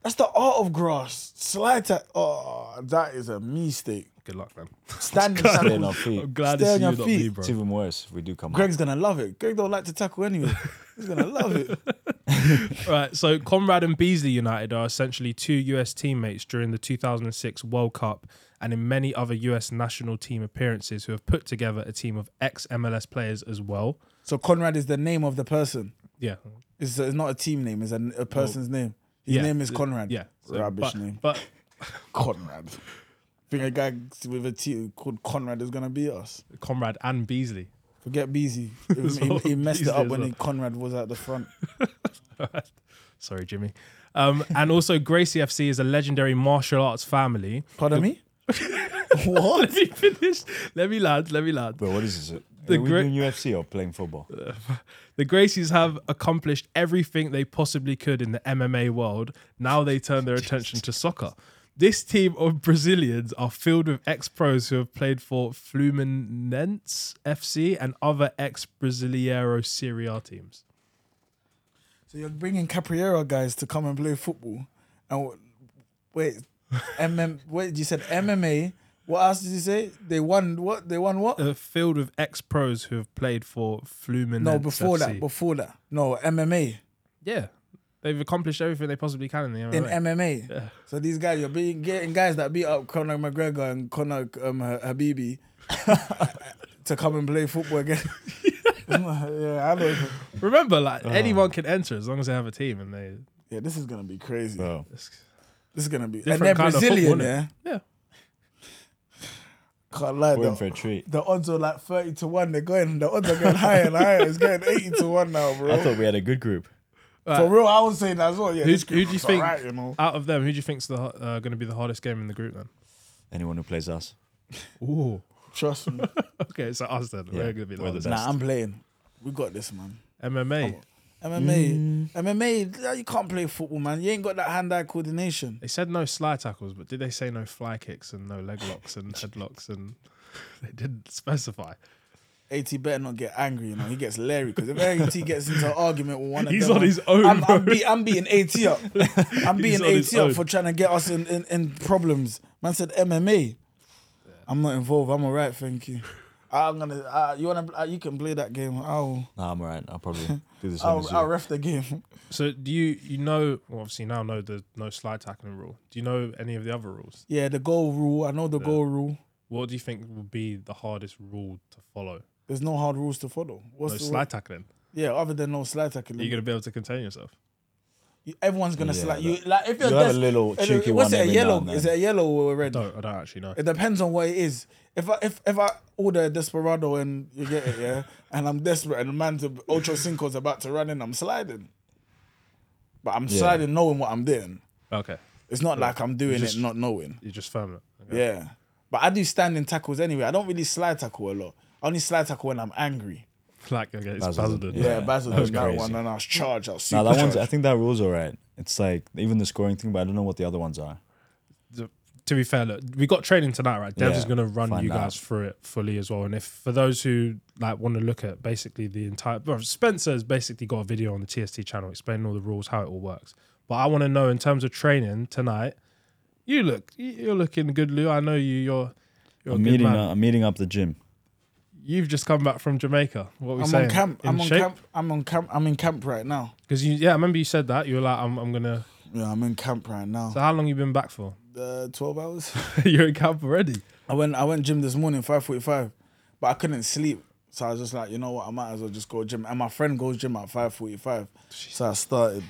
[SPEAKER 1] That's the art of grass. Slide tackle. Oh, that is a mistake.
[SPEAKER 2] good luck, man.
[SPEAKER 1] Standing
[SPEAKER 3] Stay on
[SPEAKER 1] tackle.
[SPEAKER 3] our feet.
[SPEAKER 2] I'm glad
[SPEAKER 1] Stay
[SPEAKER 2] it's
[SPEAKER 1] on
[SPEAKER 2] you,
[SPEAKER 1] your
[SPEAKER 2] not me,
[SPEAKER 1] feet.
[SPEAKER 2] bro.
[SPEAKER 3] It's even worse if we do come.
[SPEAKER 1] Greg's gonna love it. Greg don't like to tackle anyway. He's gonna love it.
[SPEAKER 2] Right, so Conrad and Beasley United are essentially two US teammates during the 2006 World Cup and in many other US national team appearances who have put together a team of ex MLS players as well.
[SPEAKER 1] So Conrad is the name of the person.
[SPEAKER 2] Yeah.
[SPEAKER 1] It's, it's not a team name. It's a, a person's name. His
[SPEAKER 2] yeah.
[SPEAKER 1] name is Conrad.
[SPEAKER 2] Yeah. so-
[SPEAKER 1] Rubbish
[SPEAKER 2] but,
[SPEAKER 1] name.
[SPEAKER 2] But
[SPEAKER 1] Conrad. Think a guy with a team called Conrad is gonna beat us.
[SPEAKER 2] Conrad and Beasley.
[SPEAKER 1] Forget Beezy. He, he- he messed it
[SPEAKER 2] Beasley
[SPEAKER 1] up
[SPEAKER 2] as
[SPEAKER 1] when
[SPEAKER 2] well.
[SPEAKER 1] he, Conrad was at the front.
[SPEAKER 2] Sorry, Jimmy. Um, and also, Gracie FC is a legendary martial arts family.
[SPEAKER 1] Pardon me.
[SPEAKER 2] What? let me finish. Let me land. Let me land.
[SPEAKER 3] But what is this?
[SPEAKER 2] The
[SPEAKER 3] Are we
[SPEAKER 2] Gre-
[SPEAKER 3] doing UFC or playing football?
[SPEAKER 2] The Gracies have accomplished everything they possibly could in the MMA world. Now they turn their attention to soccer. This team of Brazilians are filled with ex pros who have played for Fluminense FC and other ex Brasileiro Serie A teams.
[SPEAKER 1] So you're bringing Capriera guys to come and play football, and w- wait, MM. Wait, you said MMA. What else did you say? They won what? They won what?
[SPEAKER 2] Uh, filled with ex pros who have played for Fluminense
[SPEAKER 1] no, before
[SPEAKER 2] FC.
[SPEAKER 1] that, before that. No, MMA
[SPEAKER 2] yeah, they've accomplished everything they possibly can in the MMA.
[SPEAKER 1] in MMA. So these guys, you're being getting guys that beat up Conor McGregor and Conor um, Habibi to come and play football again. yeah, I know.
[SPEAKER 2] Remember, like anyone can enter as long as they have a team and they.
[SPEAKER 1] Yeah, this is gonna be crazy.
[SPEAKER 3] Bro,
[SPEAKER 1] This is gonna be
[SPEAKER 2] Different
[SPEAKER 1] and they're
[SPEAKER 2] kind of
[SPEAKER 1] Brazilian,
[SPEAKER 2] football,
[SPEAKER 1] yeah.
[SPEAKER 2] Yeah,
[SPEAKER 1] Can't lie,
[SPEAKER 3] we're in
[SPEAKER 1] though.
[SPEAKER 3] for a treat.
[SPEAKER 1] the odds are like 30 to 1. They're going, the odds are going higher and higher. It's going 80 to 1 now, bro.
[SPEAKER 3] I thought we had a good group.
[SPEAKER 1] For real, I was saying that as well. Yeah,
[SPEAKER 2] Who,
[SPEAKER 1] this
[SPEAKER 2] who do you
[SPEAKER 1] group's
[SPEAKER 2] think
[SPEAKER 1] alright, you know?
[SPEAKER 2] out of them? Who do you think's the uh, going to be the hardest game in the group then?
[SPEAKER 3] Anyone who plays us.
[SPEAKER 2] Ooh.
[SPEAKER 1] Trust me.
[SPEAKER 2] Okay, so us then. We're
[SPEAKER 3] Yeah,
[SPEAKER 2] going to be the
[SPEAKER 3] we're
[SPEAKER 2] hardest.
[SPEAKER 3] the best.
[SPEAKER 1] nah, I'm playing. We got this, man.
[SPEAKER 2] MMA.
[SPEAKER 1] MMA, MMA, you can't play football, man. You ain't got that hand-eye coordination.
[SPEAKER 2] They said no slide tackles, but did they say no fly kicks and no leg locks and headlocks and they didn't specify.
[SPEAKER 1] AT better not get angry, you know. He gets leery because if AT gets into an argument with one of
[SPEAKER 2] He's
[SPEAKER 1] them,
[SPEAKER 2] on his own,
[SPEAKER 1] I'm, I'm,
[SPEAKER 2] bro.
[SPEAKER 1] be, I'm beating AT up. I'm
[SPEAKER 2] He's
[SPEAKER 1] beating
[SPEAKER 2] on his
[SPEAKER 1] AT up
[SPEAKER 2] own.
[SPEAKER 1] for trying to get us in, in, in problems. Man said MMA. I'm not involved. I'm all right, thank you. I'm gonna. Uh, you wanna? Uh, you can play that game. I'll.
[SPEAKER 3] Nah, I'm alright. I'll probably do this on
[SPEAKER 1] I'll,
[SPEAKER 3] the
[SPEAKER 1] I'll
[SPEAKER 3] Zoom.
[SPEAKER 1] ref the game.
[SPEAKER 2] So do you you know well, obviously now know the no slide tackling rule. Do you know any of the other rules?
[SPEAKER 1] Yeah, the goal rule. I know the goal rule.
[SPEAKER 2] What do you think would be the hardest rule to follow?
[SPEAKER 1] There's no hard rules to follow. What's
[SPEAKER 2] No
[SPEAKER 1] the
[SPEAKER 2] slide tackling.
[SPEAKER 1] Yeah, other than no slide tackling.
[SPEAKER 2] Are you going to be able to contain yourself?
[SPEAKER 1] You- Everyone's gonna
[SPEAKER 3] Yeah,
[SPEAKER 1] select
[SPEAKER 3] that-
[SPEAKER 1] you. Like if you're
[SPEAKER 3] you'll have a
[SPEAKER 1] des-
[SPEAKER 3] little
[SPEAKER 1] it-
[SPEAKER 3] cheeky
[SPEAKER 1] what's
[SPEAKER 3] one
[SPEAKER 1] it? A
[SPEAKER 3] every now
[SPEAKER 1] yellow?
[SPEAKER 3] and
[SPEAKER 1] Is it
[SPEAKER 3] then.
[SPEAKER 1] a yellow or a red?
[SPEAKER 2] don't, I don't actually know.
[SPEAKER 1] It depends on what it is. If I if if I order a desperado and you get it, yeah, and I'm desperate and the man's Ocho Cinco's about to run in, I'm sliding. But I'm sliding knowing what I'm doing.
[SPEAKER 2] Okay,
[SPEAKER 1] It's not like I'm doing
[SPEAKER 2] Just-
[SPEAKER 1] it not knowing.
[SPEAKER 2] you just firm it. Okay.
[SPEAKER 1] Yeah. But I do standing tackles anyway. I don't really slide tackle a lot. I only slide tackle when I'm angry.
[SPEAKER 2] Like okay, it's
[SPEAKER 3] Basildon,
[SPEAKER 2] Basildon.
[SPEAKER 1] Yeah, Basil did that
[SPEAKER 3] crazy.
[SPEAKER 1] one and I was charged. I was
[SPEAKER 3] Now that one's.
[SPEAKER 1] supercharged.
[SPEAKER 3] I think that rule's alright. It's like even the scoring thing, but I don't know what the other ones are.
[SPEAKER 2] to- to be fair, look, we got training tonight, right? Dev's
[SPEAKER 3] Yeah,
[SPEAKER 2] is going to run
[SPEAKER 3] find
[SPEAKER 2] you guys
[SPEAKER 3] out.
[SPEAKER 2] through it fully as well. And if for those who like want to look at basically the entire, bro, Spencer has basically got a video on the TST channel explaining all the rules, how it all works. But I want to know in terms of training tonight. You look, you're looking good, Lou. I know you. You're, you're a
[SPEAKER 3] I'm
[SPEAKER 2] good
[SPEAKER 3] meeting.
[SPEAKER 2] man.
[SPEAKER 3] Up, I'm meeting up the gym.
[SPEAKER 2] You've just come back from Jamaica. What we
[SPEAKER 1] I'm
[SPEAKER 2] saying?
[SPEAKER 1] on camp.
[SPEAKER 2] In
[SPEAKER 1] I'm on camp. I'm on camp. I'm in camp right now.
[SPEAKER 2] Because you, yeah, I remember you said that. You were like, I'm, I'm gonna.
[SPEAKER 1] Yeah, I'm in camp right now.
[SPEAKER 2] So how long you been back for?
[SPEAKER 1] Uh, Twelve hours.
[SPEAKER 2] you're in camp already.
[SPEAKER 1] I went I went gym this morning, five forty five, but I couldn't sleep. So I was just like, you know what, I might as well just go gym. And my friend goes gym at five forty five. So I started.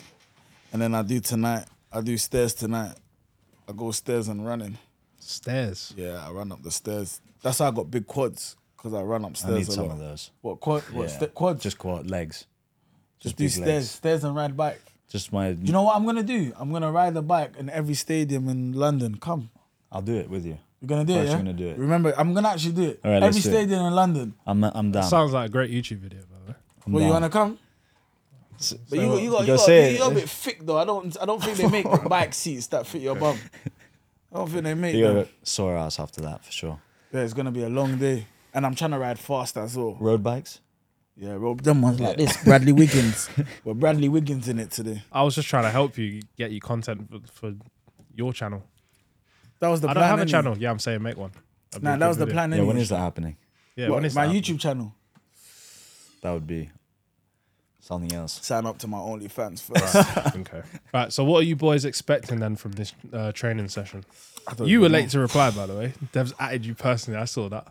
[SPEAKER 1] And then I do tonight. I do stairs tonight. I go stairs and running.
[SPEAKER 2] Stairs.
[SPEAKER 1] Yeah, I run up the stairs. That's how I got big quads. Because I run
[SPEAKER 3] I need
[SPEAKER 1] upstairs a
[SPEAKER 3] some
[SPEAKER 1] lot.
[SPEAKER 3] of those.
[SPEAKER 1] What quad what
[SPEAKER 3] Yeah.
[SPEAKER 1] sta- quads? Just,
[SPEAKER 3] Just quad legs. Just
[SPEAKER 1] do
[SPEAKER 3] big
[SPEAKER 1] stairs,
[SPEAKER 3] legs.
[SPEAKER 1] stairs and ride bike.
[SPEAKER 3] Just my.
[SPEAKER 1] You know what I'm gonna do? I'm gonna ride the bike in every stadium in London. Come.
[SPEAKER 3] I'll do it with you.
[SPEAKER 1] You're gonna do it.
[SPEAKER 3] First
[SPEAKER 1] Yeah?
[SPEAKER 3] you're gonna do it.
[SPEAKER 1] Remember, I'm gonna actually do it.
[SPEAKER 3] All right,
[SPEAKER 1] every
[SPEAKER 3] let's do it.
[SPEAKER 1] stadium in London.
[SPEAKER 3] I'm. I'm down.
[SPEAKER 2] Sounds like a great YouTube video, by the way.
[SPEAKER 3] I'm
[SPEAKER 1] Well, you
[SPEAKER 3] down.
[SPEAKER 1] wanna come? But you, you got you
[SPEAKER 3] gotta
[SPEAKER 1] got
[SPEAKER 3] say
[SPEAKER 1] you
[SPEAKER 3] it.
[SPEAKER 1] got a bit thick though. I don't I don't think they make bike seats that fit your bum. I don't think they make
[SPEAKER 3] You got
[SPEAKER 1] them.
[SPEAKER 3] a sore ass after that for sure.
[SPEAKER 1] Yeah, it's gonna be a long day, and I'm trying to ride fast as well.
[SPEAKER 3] Road bikes.
[SPEAKER 1] Yeah, roll them ones like this. Bradley Wiggins, well Bradley Wiggins in it today.
[SPEAKER 2] I was just trying to help you get you content for, for your channel.
[SPEAKER 1] That was the
[SPEAKER 2] I
[SPEAKER 1] plan.
[SPEAKER 2] don't have a
[SPEAKER 1] innit?
[SPEAKER 2] channel. Yeah, I'm saying make one. That'd be
[SPEAKER 1] Nah, that
[SPEAKER 2] a good
[SPEAKER 1] was the
[SPEAKER 2] video.
[SPEAKER 1] plan.
[SPEAKER 3] Yeah.
[SPEAKER 1] innit?
[SPEAKER 3] When is that happening?
[SPEAKER 2] Yeah,
[SPEAKER 1] What,
[SPEAKER 2] when is
[SPEAKER 1] my
[SPEAKER 2] that?
[SPEAKER 1] YouTube channel.
[SPEAKER 3] That would be something else.
[SPEAKER 1] Sign up to my OnlyFans first.
[SPEAKER 2] okay. Right. So, what are you boys expecting then from this uh, training session?
[SPEAKER 1] I don't
[SPEAKER 2] You were
[SPEAKER 1] even know.
[SPEAKER 2] late to reply, by the way. Dev's added you personally. I saw that.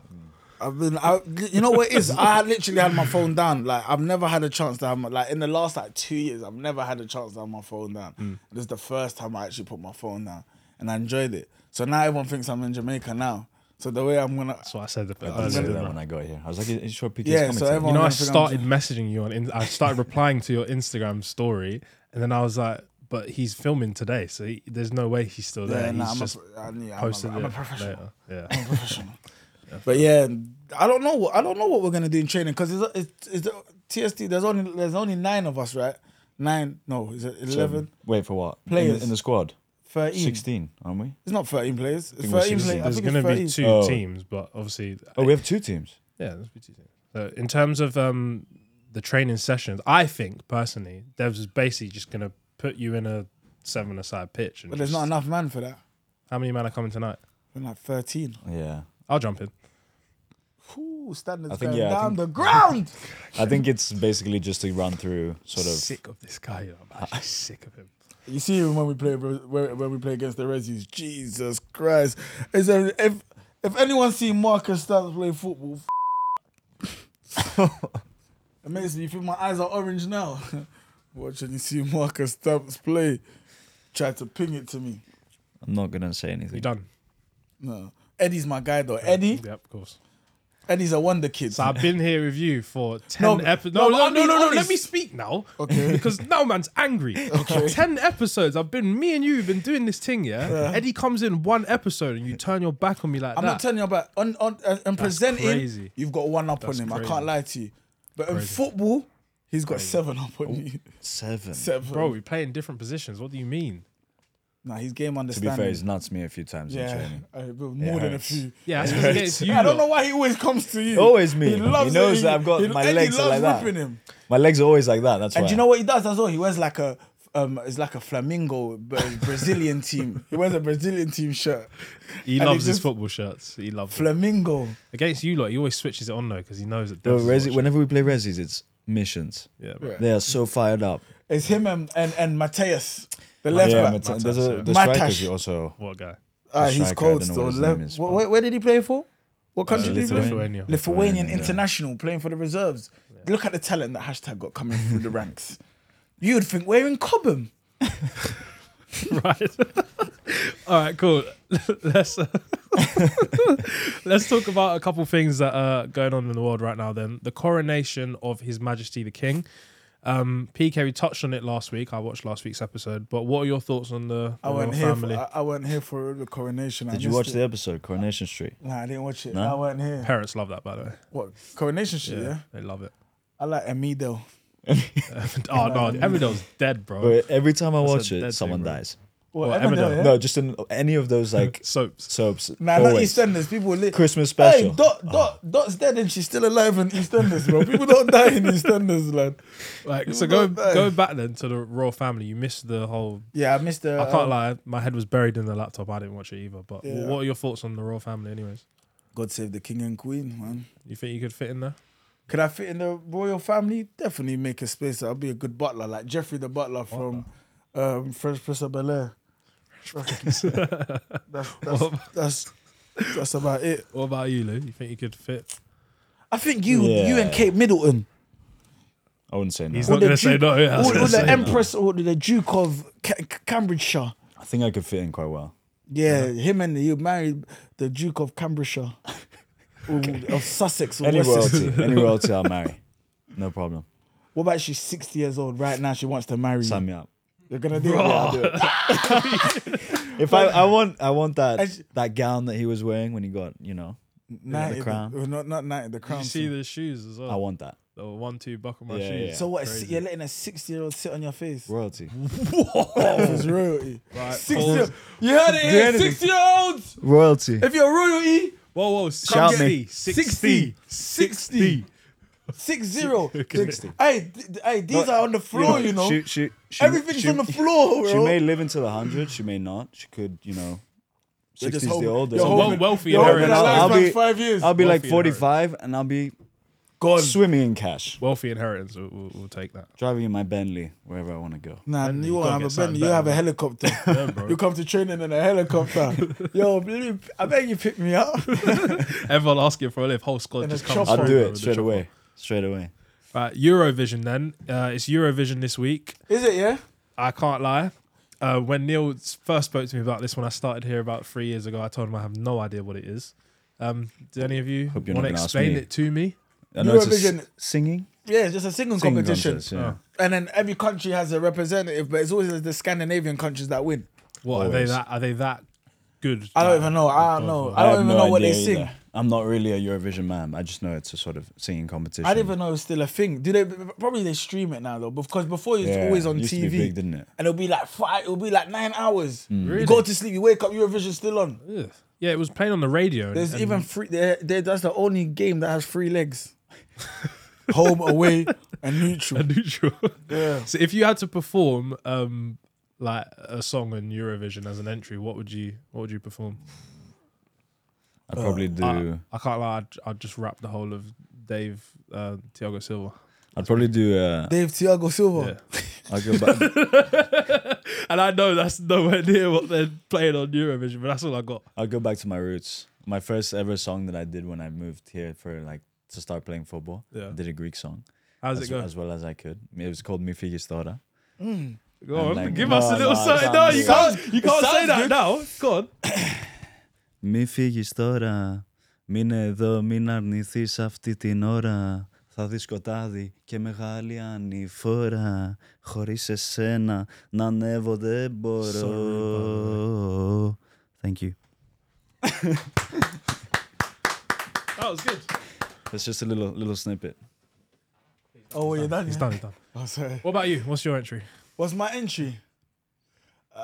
[SPEAKER 1] I've been, I, you know what it is? I had literally had my phone down. Like I've never had a chance to have my, like in the last like two years, I've never had a chance to have my phone down. This is the first time I actually put my phone down, and I enjoyed it. So now everyone thinks I'm in Jamaica now. So the way I'm gonna,
[SPEAKER 2] That's what I said. The
[SPEAKER 3] I
[SPEAKER 2] earlier,
[SPEAKER 3] said
[SPEAKER 2] didn't
[SPEAKER 3] that
[SPEAKER 2] I?
[SPEAKER 3] when I got here. I was like, "Are you sure PK's
[SPEAKER 1] Yeah,
[SPEAKER 3] coming?"
[SPEAKER 1] so
[SPEAKER 3] today?"
[SPEAKER 1] everyone-
[SPEAKER 2] You know, I
[SPEAKER 1] I'm gonna figure out-
[SPEAKER 2] started messaging you on. In- I started replying to your Instagram story, and then I was like, "But he's filming today, so he, there's no way he's still there.
[SPEAKER 1] yeah, nah,
[SPEAKER 2] he's
[SPEAKER 1] I'm,
[SPEAKER 2] just
[SPEAKER 1] a, I knew- I'm, a,
[SPEAKER 2] posting
[SPEAKER 1] I'm a
[SPEAKER 2] it
[SPEAKER 1] professional.
[SPEAKER 2] later." Yeah.
[SPEAKER 1] professional. But yeah, I don't know. What, I don't know what we're gonna do in training because it's, it's, it's TST. There's only there's only nine of us, right? Nine? No, is it
[SPEAKER 3] So-
[SPEAKER 1] 11?
[SPEAKER 3] Wait for what? In the- in
[SPEAKER 1] Players.
[SPEAKER 3] the, squad.
[SPEAKER 1] 13?
[SPEAKER 3] Sixteen, aren't we?
[SPEAKER 1] It's not 13 players. It's
[SPEAKER 3] think we're
[SPEAKER 1] 13 players.
[SPEAKER 3] 16.
[SPEAKER 1] I
[SPEAKER 2] There's
[SPEAKER 1] think it's
[SPEAKER 2] going to be
[SPEAKER 1] 13.
[SPEAKER 2] two
[SPEAKER 3] Oh.
[SPEAKER 2] teams, but obviously,
[SPEAKER 3] Oh, we have two teams.
[SPEAKER 2] yeah, there's be two teams. So in terms of um, the training sessions, I think personally, Devs is basically just going to put you in a seven-a-side pitch. And
[SPEAKER 1] But there's
[SPEAKER 2] just-
[SPEAKER 1] not enough man for that.
[SPEAKER 2] How many men are coming tonight?
[SPEAKER 1] We're like 13.
[SPEAKER 3] Yeah.
[SPEAKER 2] I'll jump in.
[SPEAKER 1] Ooh, standards
[SPEAKER 3] I think,
[SPEAKER 1] going
[SPEAKER 3] yeah, I
[SPEAKER 1] down
[SPEAKER 3] think-
[SPEAKER 1] the ground.
[SPEAKER 3] I think it's basically just to run through sort of.
[SPEAKER 2] Sick of this guy. you know, I'm actually sick of him.
[SPEAKER 1] You see him when we play when when we play against the Rezis. Jesus Christ! Is there, if if anyone's seen Marcus Stamps play football, it makes me feel my eyes are orange now. Watching you see Marcus Stamps play, try to ping it to me.
[SPEAKER 3] I'm not gonna say
[SPEAKER 2] You
[SPEAKER 3] anything.
[SPEAKER 2] done?
[SPEAKER 1] No, Eddie's my guy though. Eddie,
[SPEAKER 2] Yep, of course.
[SPEAKER 1] Eddie's a wonder kid.
[SPEAKER 2] So I've been here with you for
[SPEAKER 1] No,
[SPEAKER 2] ten
[SPEAKER 1] but-
[SPEAKER 2] episodes.
[SPEAKER 1] no,
[SPEAKER 2] No,
[SPEAKER 1] but
[SPEAKER 2] no,
[SPEAKER 1] I'm
[SPEAKER 2] no,
[SPEAKER 1] being
[SPEAKER 2] no, no, Let
[SPEAKER 1] honest.
[SPEAKER 2] me speak now,
[SPEAKER 1] Okay.
[SPEAKER 2] Because now man's angry. Ten episodes. I've been. Me and you have been doing this thing. Yeah. Eddie comes in one episode and you turn your back on me like
[SPEAKER 1] I'm
[SPEAKER 2] that.
[SPEAKER 1] not telling you about on on uh, and presenting.
[SPEAKER 2] crazy.
[SPEAKER 1] You've got one up
[SPEAKER 2] That's
[SPEAKER 1] on him. I
[SPEAKER 2] crazy.
[SPEAKER 1] can't lie to you. But in football, he's got seven up on you.
[SPEAKER 3] Seven.
[SPEAKER 1] Seven.
[SPEAKER 2] Bro, we play in different positions. What do you mean?
[SPEAKER 1] Nah, he's game
[SPEAKER 3] To be
[SPEAKER 1] understanding.
[SPEAKER 3] fair, he's nuts me a few times in
[SPEAKER 1] yeah,
[SPEAKER 3] training.
[SPEAKER 1] I- but more than a
[SPEAKER 3] hurts.
[SPEAKER 1] few.
[SPEAKER 2] Yeah, that's because against you.
[SPEAKER 1] I don't know
[SPEAKER 2] lot.
[SPEAKER 1] why he always comes to you.
[SPEAKER 3] Always me. He knows
[SPEAKER 1] it.
[SPEAKER 3] that I've got-
[SPEAKER 1] He-
[SPEAKER 3] my
[SPEAKER 1] Eddie
[SPEAKER 3] legs are
[SPEAKER 1] loves
[SPEAKER 3] like that.
[SPEAKER 1] ripping Him.
[SPEAKER 3] My legs are always like that. That's
[SPEAKER 1] And
[SPEAKER 3] why.
[SPEAKER 1] do you know what he does as well? He wears like a um, it's like a flamingo but a Brazilian team. He wears a Brazilian team shirt.
[SPEAKER 2] He
[SPEAKER 1] And
[SPEAKER 2] loves
[SPEAKER 1] he
[SPEAKER 2] his
[SPEAKER 1] just-
[SPEAKER 2] football shirts. He loves them.
[SPEAKER 1] Flamingo.
[SPEAKER 2] against you lot. He always switches it on though because he knows that.
[SPEAKER 3] Bro,
[SPEAKER 2] Devs is
[SPEAKER 3] Resi-
[SPEAKER 2] watching.
[SPEAKER 3] whenever we play Resis, it's missions.
[SPEAKER 2] yeah, bro.
[SPEAKER 3] They are so fired up.
[SPEAKER 1] It's him and and, and Mateus, the left
[SPEAKER 3] Oh, yeah,
[SPEAKER 1] back.
[SPEAKER 3] Mata- there's a, the
[SPEAKER 1] Matas.
[SPEAKER 3] strikers you also.
[SPEAKER 2] What guy?
[SPEAKER 1] Ah,
[SPEAKER 3] The
[SPEAKER 1] he's
[SPEAKER 3] striker,
[SPEAKER 1] cold
[SPEAKER 3] I don't know
[SPEAKER 1] still.
[SPEAKER 3] what his
[SPEAKER 1] Left-
[SPEAKER 3] name is,
[SPEAKER 1] wh-
[SPEAKER 3] but-
[SPEAKER 1] where, where did he play for? What country did he play?
[SPEAKER 2] Lithuania.
[SPEAKER 1] for?
[SPEAKER 2] Lithuania.
[SPEAKER 1] Lithuanian
[SPEAKER 3] Lithuania, yeah.
[SPEAKER 1] international playing for the reserves. Look at the talent that hashtag got coming through the ranks. You would think we're in Cobham.
[SPEAKER 2] right. All right, cool. let's uh, let's talk about a couple things that are going on in the world right now. Then the coronation of His Majesty the King. Um, PK, we touched on it last week. I watched last week's episode, but what are your thoughts on the
[SPEAKER 1] I
[SPEAKER 2] royal
[SPEAKER 1] went here. For, uh,
[SPEAKER 2] family?
[SPEAKER 1] I, I went here for the coronation. I
[SPEAKER 3] Did you
[SPEAKER 1] missed
[SPEAKER 3] watch
[SPEAKER 1] it.
[SPEAKER 3] the episode Coronation Street?
[SPEAKER 1] Nah, I didn't watch it.
[SPEAKER 3] No?
[SPEAKER 1] I went here.
[SPEAKER 2] Parents love that, by the way.
[SPEAKER 1] What coronation shit? Yeah.
[SPEAKER 2] they love it.
[SPEAKER 1] I like Amido.
[SPEAKER 2] oh no, Emmerdale's dead, bro.
[SPEAKER 3] But every time I
[SPEAKER 2] That's a
[SPEAKER 3] watch
[SPEAKER 2] dead
[SPEAKER 3] it,
[SPEAKER 2] thing,
[SPEAKER 3] someone
[SPEAKER 2] bro.
[SPEAKER 3] dies.
[SPEAKER 1] What,
[SPEAKER 2] What,
[SPEAKER 1] Emmerdale?
[SPEAKER 2] Emmerdale?
[SPEAKER 1] yeah?
[SPEAKER 3] No, just in any of those like
[SPEAKER 2] Soaps.
[SPEAKER 3] soaps.
[SPEAKER 1] Nah, not
[SPEAKER 3] always.
[SPEAKER 1] EastEnders. People live.
[SPEAKER 3] Christmas
[SPEAKER 1] Hey,
[SPEAKER 3] special.
[SPEAKER 1] Dot, Dot, Dot's dead and she's still alive in EastEnders, bro. People don't die in EastEnders, lad.
[SPEAKER 2] Like
[SPEAKER 1] You're
[SPEAKER 2] so, go
[SPEAKER 1] not bad.
[SPEAKER 2] go back then to the royal family. You missed the whole.
[SPEAKER 1] Yeah, I missed um, the.
[SPEAKER 2] I can't lie, my head was buried in the laptop. I didn't watch it either. But
[SPEAKER 1] Yeah.
[SPEAKER 2] what are your thoughts on the royal family, anyways?
[SPEAKER 1] God save the king and queen, man.
[SPEAKER 2] You think you could fit in there?
[SPEAKER 1] Could I fit in the royal family? Definitely make a space. I'll be a good butler, like Jeffrey the butler from um, French Prince of Bel Air. that's, that's, that's, that's about it.
[SPEAKER 2] What about you, Lou? You think you could fit?
[SPEAKER 1] I think you, you and
[SPEAKER 3] Yeah.
[SPEAKER 1] Kate Middleton,
[SPEAKER 3] I wouldn't say no.
[SPEAKER 2] He's
[SPEAKER 1] Or
[SPEAKER 2] not
[SPEAKER 1] the
[SPEAKER 2] gonna say
[SPEAKER 1] Duke-
[SPEAKER 2] no. Yeah, I
[SPEAKER 1] or,
[SPEAKER 2] was
[SPEAKER 1] or
[SPEAKER 2] gonna
[SPEAKER 1] the
[SPEAKER 2] say no.
[SPEAKER 1] Empress, or the Duke of Ca- Cambridgeshire.
[SPEAKER 3] I think I could fit in quite well.
[SPEAKER 1] Yeah, him and you married the Duke of Cambridgeshire. Or- Of Sussex or
[SPEAKER 3] Any
[SPEAKER 1] Wessex.
[SPEAKER 3] royalty, any royalty, I'll marry. No problem.
[SPEAKER 1] What about she's 60 years old right now? She wants to marry
[SPEAKER 3] Sign
[SPEAKER 1] you.
[SPEAKER 3] me up.
[SPEAKER 1] You're gonna do it. Yeah, I'll do it.
[SPEAKER 3] If I, I want, I want
[SPEAKER 1] I
[SPEAKER 3] that
[SPEAKER 1] sh-
[SPEAKER 3] that gown that he was wearing when he got, you know,
[SPEAKER 1] Knighted
[SPEAKER 3] the crown.
[SPEAKER 1] well, not not knighted, the
[SPEAKER 2] Did
[SPEAKER 1] crown.
[SPEAKER 2] you see the shoes as
[SPEAKER 3] I
[SPEAKER 2] well?
[SPEAKER 3] want that
[SPEAKER 2] The one two buckle my
[SPEAKER 3] Yeah,
[SPEAKER 2] shoes.
[SPEAKER 3] yeah.
[SPEAKER 1] so what? a si-
[SPEAKER 2] Crazy.
[SPEAKER 1] You're letting a 60 year old sit on your face?
[SPEAKER 3] royalty.
[SPEAKER 1] It's royalty.
[SPEAKER 2] Right,
[SPEAKER 1] 60
[SPEAKER 2] pause.
[SPEAKER 1] You heard it here.
[SPEAKER 3] anything.
[SPEAKER 1] 60 year olds.
[SPEAKER 3] Royalty.
[SPEAKER 1] If you're royalty,
[SPEAKER 2] Whoa, whoa!
[SPEAKER 3] Shout me.
[SPEAKER 2] 60, 60, 60.
[SPEAKER 1] 6 0.
[SPEAKER 3] Sixty.
[SPEAKER 1] Hey, th- hey, these are on the floor, you know.
[SPEAKER 3] She, she, she,
[SPEAKER 1] Everything's
[SPEAKER 3] she-
[SPEAKER 1] on the floor, bro.
[SPEAKER 3] She may live until hundred. She may not. She could, you know,
[SPEAKER 1] You're just
[SPEAKER 3] sixties the
[SPEAKER 1] hoping-
[SPEAKER 3] older.
[SPEAKER 1] you're
[SPEAKER 2] So well-
[SPEAKER 1] hoping-
[SPEAKER 2] wealthy
[SPEAKER 1] you're hoping
[SPEAKER 2] inheritance.
[SPEAKER 1] that
[SPEAKER 3] I'll
[SPEAKER 1] lifespan's
[SPEAKER 3] be-
[SPEAKER 1] five years.
[SPEAKER 3] I'll be like
[SPEAKER 2] Wealthy and hard.
[SPEAKER 3] forty-five, and I'll be
[SPEAKER 1] gone.
[SPEAKER 3] swimming in cash,
[SPEAKER 2] Wealthy inheritance. We'll, we'll, we'll take that.
[SPEAKER 3] driving in my Bentley wherever I want to go.
[SPEAKER 1] Nah,
[SPEAKER 2] Bentley,
[SPEAKER 1] you
[SPEAKER 2] you
[SPEAKER 1] won't
[SPEAKER 2] gotta
[SPEAKER 1] have a
[SPEAKER 2] get something
[SPEAKER 1] Bentley. You have a
[SPEAKER 2] better.
[SPEAKER 1] helicopter.
[SPEAKER 2] bro.
[SPEAKER 1] you come to training in a helicopter. Yo, Luke, I bet you pick me up.
[SPEAKER 2] Everyone asking for a lift. Whole squad
[SPEAKER 1] And
[SPEAKER 2] just
[SPEAKER 1] a
[SPEAKER 2] comes.
[SPEAKER 1] chopper.
[SPEAKER 2] through,
[SPEAKER 3] I'll do
[SPEAKER 2] bro,
[SPEAKER 3] it
[SPEAKER 2] with the
[SPEAKER 3] straight
[SPEAKER 2] chopper.
[SPEAKER 3] away. Straight away.
[SPEAKER 2] Right, Eurovision then. Uh, it's Eurovision this week.
[SPEAKER 1] Is it? Yeah.
[SPEAKER 2] I can't lie. Uh, when Neil s- first spoke to me about this, when I started here about three years ago, I told him I have no idea what it is. Um, do any of you
[SPEAKER 3] Hope you're
[SPEAKER 2] want to
[SPEAKER 3] not gonna ask
[SPEAKER 2] explain
[SPEAKER 3] me.
[SPEAKER 2] it to me?
[SPEAKER 3] I know it's a
[SPEAKER 1] Eurovision-
[SPEAKER 3] s- singing,
[SPEAKER 1] Yeah, it's just a singing,
[SPEAKER 3] singing
[SPEAKER 1] competition. Oh.
[SPEAKER 3] contest, yeah.
[SPEAKER 1] And then every country has a representative, but it's always the Scandinavian countries that win.
[SPEAKER 2] What are they
[SPEAKER 3] Always.
[SPEAKER 2] that? Are they that good? Oh,
[SPEAKER 1] I don't even know. I don't know. I
[SPEAKER 3] I
[SPEAKER 1] don't
[SPEAKER 3] have
[SPEAKER 1] even
[SPEAKER 3] no
[SPEAKER 1] know what they
[SPEAKER 3] idea
[SPEAKER 1] sing.
[SPEAKER 3] either. I'm not really a Eurovision man. I just know it's a sort of singing competition.
[SPEAKER 1] I didn't even know it's still a thing. Do they probably they stream it now though? Because before it was
[SPEAKER 3] Yeah,
[SPEAKER 1] always on
[SPEAKER 3] used to
[SPEAKER 1] TV,
[SPEAKER 3] be big, didn't it? Mm.
[SPEAKER 1] and it'll be like five. It'll be like nine hours.
[SPEAKER 2] Really?
[SPEAKER 1] You go to sleep, you wake up, Eurovision's still on.
[SPEAKER 2] Ugh. Yeah, it was playing on the radio. and-
[SPEAKER 1] There's
[SPEAKER 2] and
[SPEAKER 1] even three. There, there, that's the only game that has three legs: home, away, and neutral.
[SPEAKER 2] a neutral. So if you had to perform um, like a song in Eurovision as an entry, what would you what would you perform?
[SPEAKER 3] I'd
[SPEAKER 1] Uh,
[SPEAKER 3] probably do.
[SPEAKER 2] I, I can't lie. I'd, I'd just rap the whole of Dave uh, Tiago Silva,
[SPEAKER 3] I'd probably do. Uh,
[SPEAKER 1] Dave Thiago Silva.
[SPEAKER 3] I'll go back.
[SPEAKER 2] and I know that's nowhere near what they're playing on Eurovision, but that's all I got.
[SPEAKER 3] I'll go back to my roots. My first ever song that I did when I moved here for like to start playing football.
[SPEAKER 2] Yeah.
[SPEAKER 3] I did a Greek song
[SPEAKER 2] How's
[SPEAKER 3] as,
[SPEAKER 2] it going?
[SPEAKER 3] as well as I could. It was called Mi Figistora.
[SPEAKER 2] Go on,
[SPEAKER 3] like,
[SPEAKER 2] give
[SPEAKER 3] no,
[SPEAKER 2] us a little
[SPEAKER 3] no, it
[SPEAKER 2] something. No,
[SPEAKER 3] sounds
[SPEAKER 2] you
[SPEAKER 3] good.
[SPEAKER 2] can't, you
[SPEAKER 1] It
[SPEAKER 2] can't say
[SPEAKER 1] sounds
[SPEAKER 2] that
[SPEAKER 1] good.
[SPEAKER 2] now. Go on.
[SPEAKER 3] Μη φύγεις τώρα, μείνε εδώ, μην αρνηθείς αυτή την ώρα. Θα δεις σκοτάδι και μεγάλη ανηφόρα. Χωρίς εσένα να ανέβω δεν μπορώ. Thank you.
[SPEAKER 2] That was good.
[SPEAKER 3] That's just a little little snippet.
[SPEAKER 1] Oh, well, you're done.
[SPEAKER 2] He's
[SPEAKER 1] yeah?
[SPEAKER 2] done. He's done.
[SPEAKER 1] Oh, sorry.
[SPEAKER 2] What about you? What's your entry?
[SPEAKER 1] What's my entry? Uh,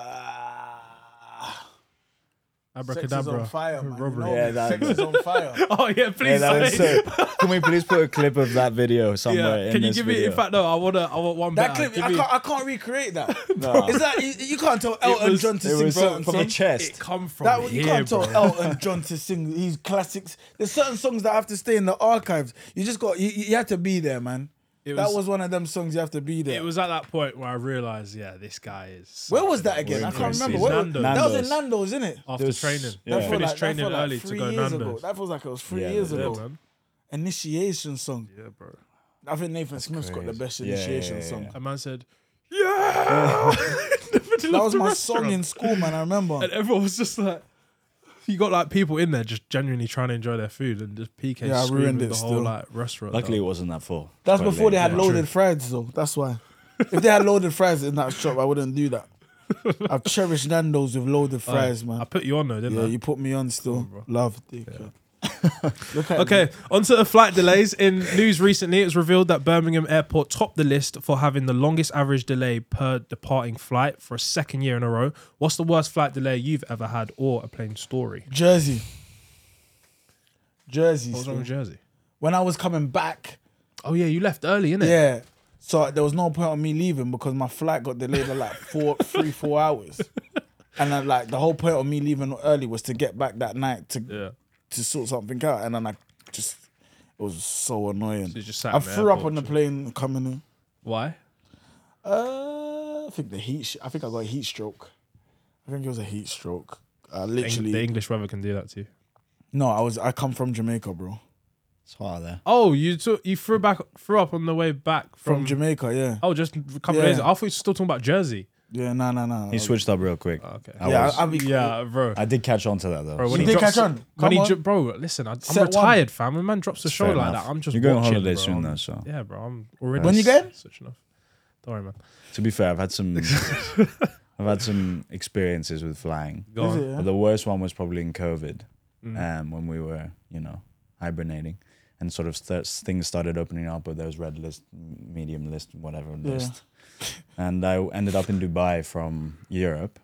[SPEAKER 1] sex is on
[SPEAKER 2] Abracadabra.
[SPEAKER 1] fire, man. You
[SPEAKER 2] Robbery.
[SPEAKER 1] know,
[SPEAKER 3] Yeah, that-
[SPEAKER 1] sex is on fire.
[SPEAKER 2] Oh yeah, please say.
[SPEAKER 3] Can we please put a clip of that video somewhere
[SPEAKER 2] Yeah.
[SPEAKER 3] uh, in
[SPEAKER 2] Can you
[SPEAKER 3] this
[SPEAKER 2] give me?
[SPEAKER 3] video?
[SPEAKER 2] In fact, no. I wanna. I want one
[SPEAKER 1] That
[SPEAKER 2] better.
[SPEAKER 1] clip,
[SPEAKER 2] Give
[SPEAKER 1] I
[SPEAKER 2] me-
[SPEAKER 1] can't, I can't recreate that.
[SPEAKER 3] No.
[SPEAKER 1] Is that you, you can't tell Elton
[SPEAKER 2] was-
[SPEAKER 1] John to
[SPEAKER 3] it
[SPEAKER 1] sing
[SPEAKER 3] was
[SPEAKER 1] Brown
[SPEAKER 3] from, from the
[SPEAKER 1] song.
[SPEAKER 2] It
[SPEAKER 3] chest.
[SPEAKER 2] come from
[SPEAKER 1] That, you
[SPEAKER 2] here,
[SPEAKER 1] can't
[SPEAKER 2] bro.
[SPEAKER 1] tell Elton John to sing these classics. There's certain songs that have to stay in the archives. You just got you, you have to be there, man.
[SPEAKER 2] It
[SPEAKER 1] that
[SPEAKER 2] was-
[SPEAKER 1] was one of them songs you have to be there.
[SPEAKER 2] It was at that point where I realized, yeah, this guy is.
[SPEAKER 1] Where was that again? I
[SPEAKER 3] in
[SPEAKER 1] can't
[SPEAKER 3] Greece.
[SPEAKER 1] remember. Where,
[SPEAKER 2] Nando's.
[SPEAKER 1] That was in Nando's, isn't it?
[SPEAKER 2] after
[SPEAKER 3] This-
[SPEAKER 2] training?
[SPEAKER 3] yeah.
[SPEAKER 2] We
[SPEAKER 3] That felt
[SPEAKER 2] finished
[SPEAKER 1] that
[SPEAKER 2] training
[SPEAKER 1] felt like
[SPEAKER 2] early to
[SPEAKER 1] three
[SPEAKER 2] go
[SPEAKER 1] years
[SPEAKER 2] Nando's.
[SPEAKER 1] ago. That feels like it was three
[SPEAKER 3] Yeah,
[SPEAKER 1] years
[SPEAKER 3] yeah,
[SPEAKER 2] yeah,
[SPEAKER 1] ago.
[SPEAKER 2] man.
[SPEAKER 1] Initiation song.
[SPEAKER 2] Yeah, bro.
[SPEAKER 1] I think Nathan Smith's got the best
[SPEAKER 3] Yeah, yeah,
[SPEAKER 1] initiation
[SPEAKER 3] yeah,
[SPEAKER 1] song.
[SPEAKER 2] A
[SPEAKER 3] yeah.
[SPEAKER 2] man said, yeah.
[SPEAKER 1] That was my song in school, man. I remember.
[SPEAKER 2] and everyone was just like, you got like people in there just genuinely trying to enjoy their food and just PK
[SPEAKER 1] Yeah, I
[SPEAKER 2] screaming
[SPEAKER 1] ruined
[SPEAKER 2] the
[SPEAKER 1] it
[SPEAKER 2] whole
[SPEAKER 1] still.
[SPEAKER 2] like restaurant.
[SPEAKER 3] Luckily, it
[SPEAKER 2] down.
[SPEAKER 3] wasn't that full.
[SPEAKER 1] That's
[SPEAKER 3] Quite
[SPEAKER 1] before
[SPEAKER 3] late,
[SPEAKER 1] they had
[SPEAKER 3] yeah.
[SPEAKER 1] loaded fries, though. That's why. If they had loaded fries in that shop, I wouldn't do that. I've cherished Nando's with loaded fries, man.
[SPEAKER 2] I put you on though, didn't
[SPEAKER 1] yeah,
[SPEAKER 2] I?
[SPEAKER 1] you put me on still. Love, dick. Look at me.
[SPEAKER 2] Okay, onto the flight delays. In news recently, it was revealed that Birmingham Airport topped the list for having the longest average delay per departing flight for a second year in a row. What's the worst flight delay you've ever had or a plane story?
[SPEAKER 1] Jersey. Jersey.
[SPEAKER 2] What was wrong
[SPEAKER 1] still.
[SPEAKER 2] with Jersey?
[SPEAKER 1] When I was coming back,
[SPEAKER 2] Oh yeah, you left early, innit?
[SPEAKER 1] yeah. So there was no point on me leaving because my flight got delayed like four, three, four hours. And I, like the whole point of me leaving early was to get back that night to
[SPEAKER 2] Yeah.
[SPEAKER 1] to sort something out, and then I just it was so annoying.
[SPEAKER 2] So you just sat
[SPEAKER 1] I
[SPEAKER 2] in the
[SPEAKER 1] threw up
[SPEAKER 2] airport,
[SPEAKER 1] on the
[SPEAKER 2] chill.
[SPEAKER 1] plane coming in.
[SPEAKER 2] Why?
[SPEAKER 1] Uh, I think the heat. Sh- I think I got a heat stroke. I think it was a heat stroke. I literally
[SPEAKER 2] the English weather can do that to you.
[SPEAKER 1] no. I was. I come from Jamaica, bro.
[SPEAKER 3] It's hard there.
[SPEAKER 2] Oh, you took you threw back threw up on the way back
[SPEAKER 1] From
[SPEAKER 2] from.
[SPEAKER 1] Jamaica, yeah,
[SPEAKER 2] oh, just a couple
[SPEAKER 1] Yeah.
[SPEAKER 2] days. I thought you were still talking about Jersey.
[SPEAKER 1] yeah. No, no, no.
[SPEAKER 3] He switched up real quick.
[SPEAKER 2] okay.
[SPEAKER 3] I
[SPEAKER 1] Yeah,
[SPEAKER 3] was-
[SPEAKER 1] I, I be,
[SPEAKER 2] yeah, bro.
[SPEAKER 3] I did catch on to that though.
[SPEAKER 2] Bro,
[SPEAKER 1] You did
[SPEAKER 2] drops-
[SPEAKER 1] catch on.
[SPEAKER 2] When
[SPEAKER 1] Come
[SPEAKER 2] he
[SPEAKER 1] on.
[SPEAKER 2] ju- bro, listen, I, I'm
[SPEAKER 1] Set one.
[SPEAKER 2] retired, fam. When man drops a show
[SPEAKER 3] fair
[SPEAKER 2] like
[SPEAKER 3] enough.
[SPEAKER 2] that, I'm just
[SPEAKER 3] You're going on
[SPEAKER 2] watching,
[SPEAKER 3] holiday
[SPEAKER 2] bro.
[SPEAKER 3] soon
[SPEAKER 2] I'm-
[SPEAKER 3] though, so.
[SPEAKER 2] yeah, bro, I'm already
[SPEAKER 1] When you going?
[SPEAKER 2] Switching off. Don't worry, man.
[SPEAKER 3] To be fair, I've had some, I've had some experiences with flying.
[SPEAKER 2] Go
[SPEAKER 1] Is
[SPEAKER 2] on.
[SPEAKER 1] it, yeah? Mm.
[SPEAKER 3] But the worst one was probably in COVID, um, when we were, you know, hibernating, and sort of st- things started opening up. But there was red list, m- medium list, whatever
[SPEAKER 1] Yeah.
[SPEAKER 3] list, and I ended up in Dubai from Europe,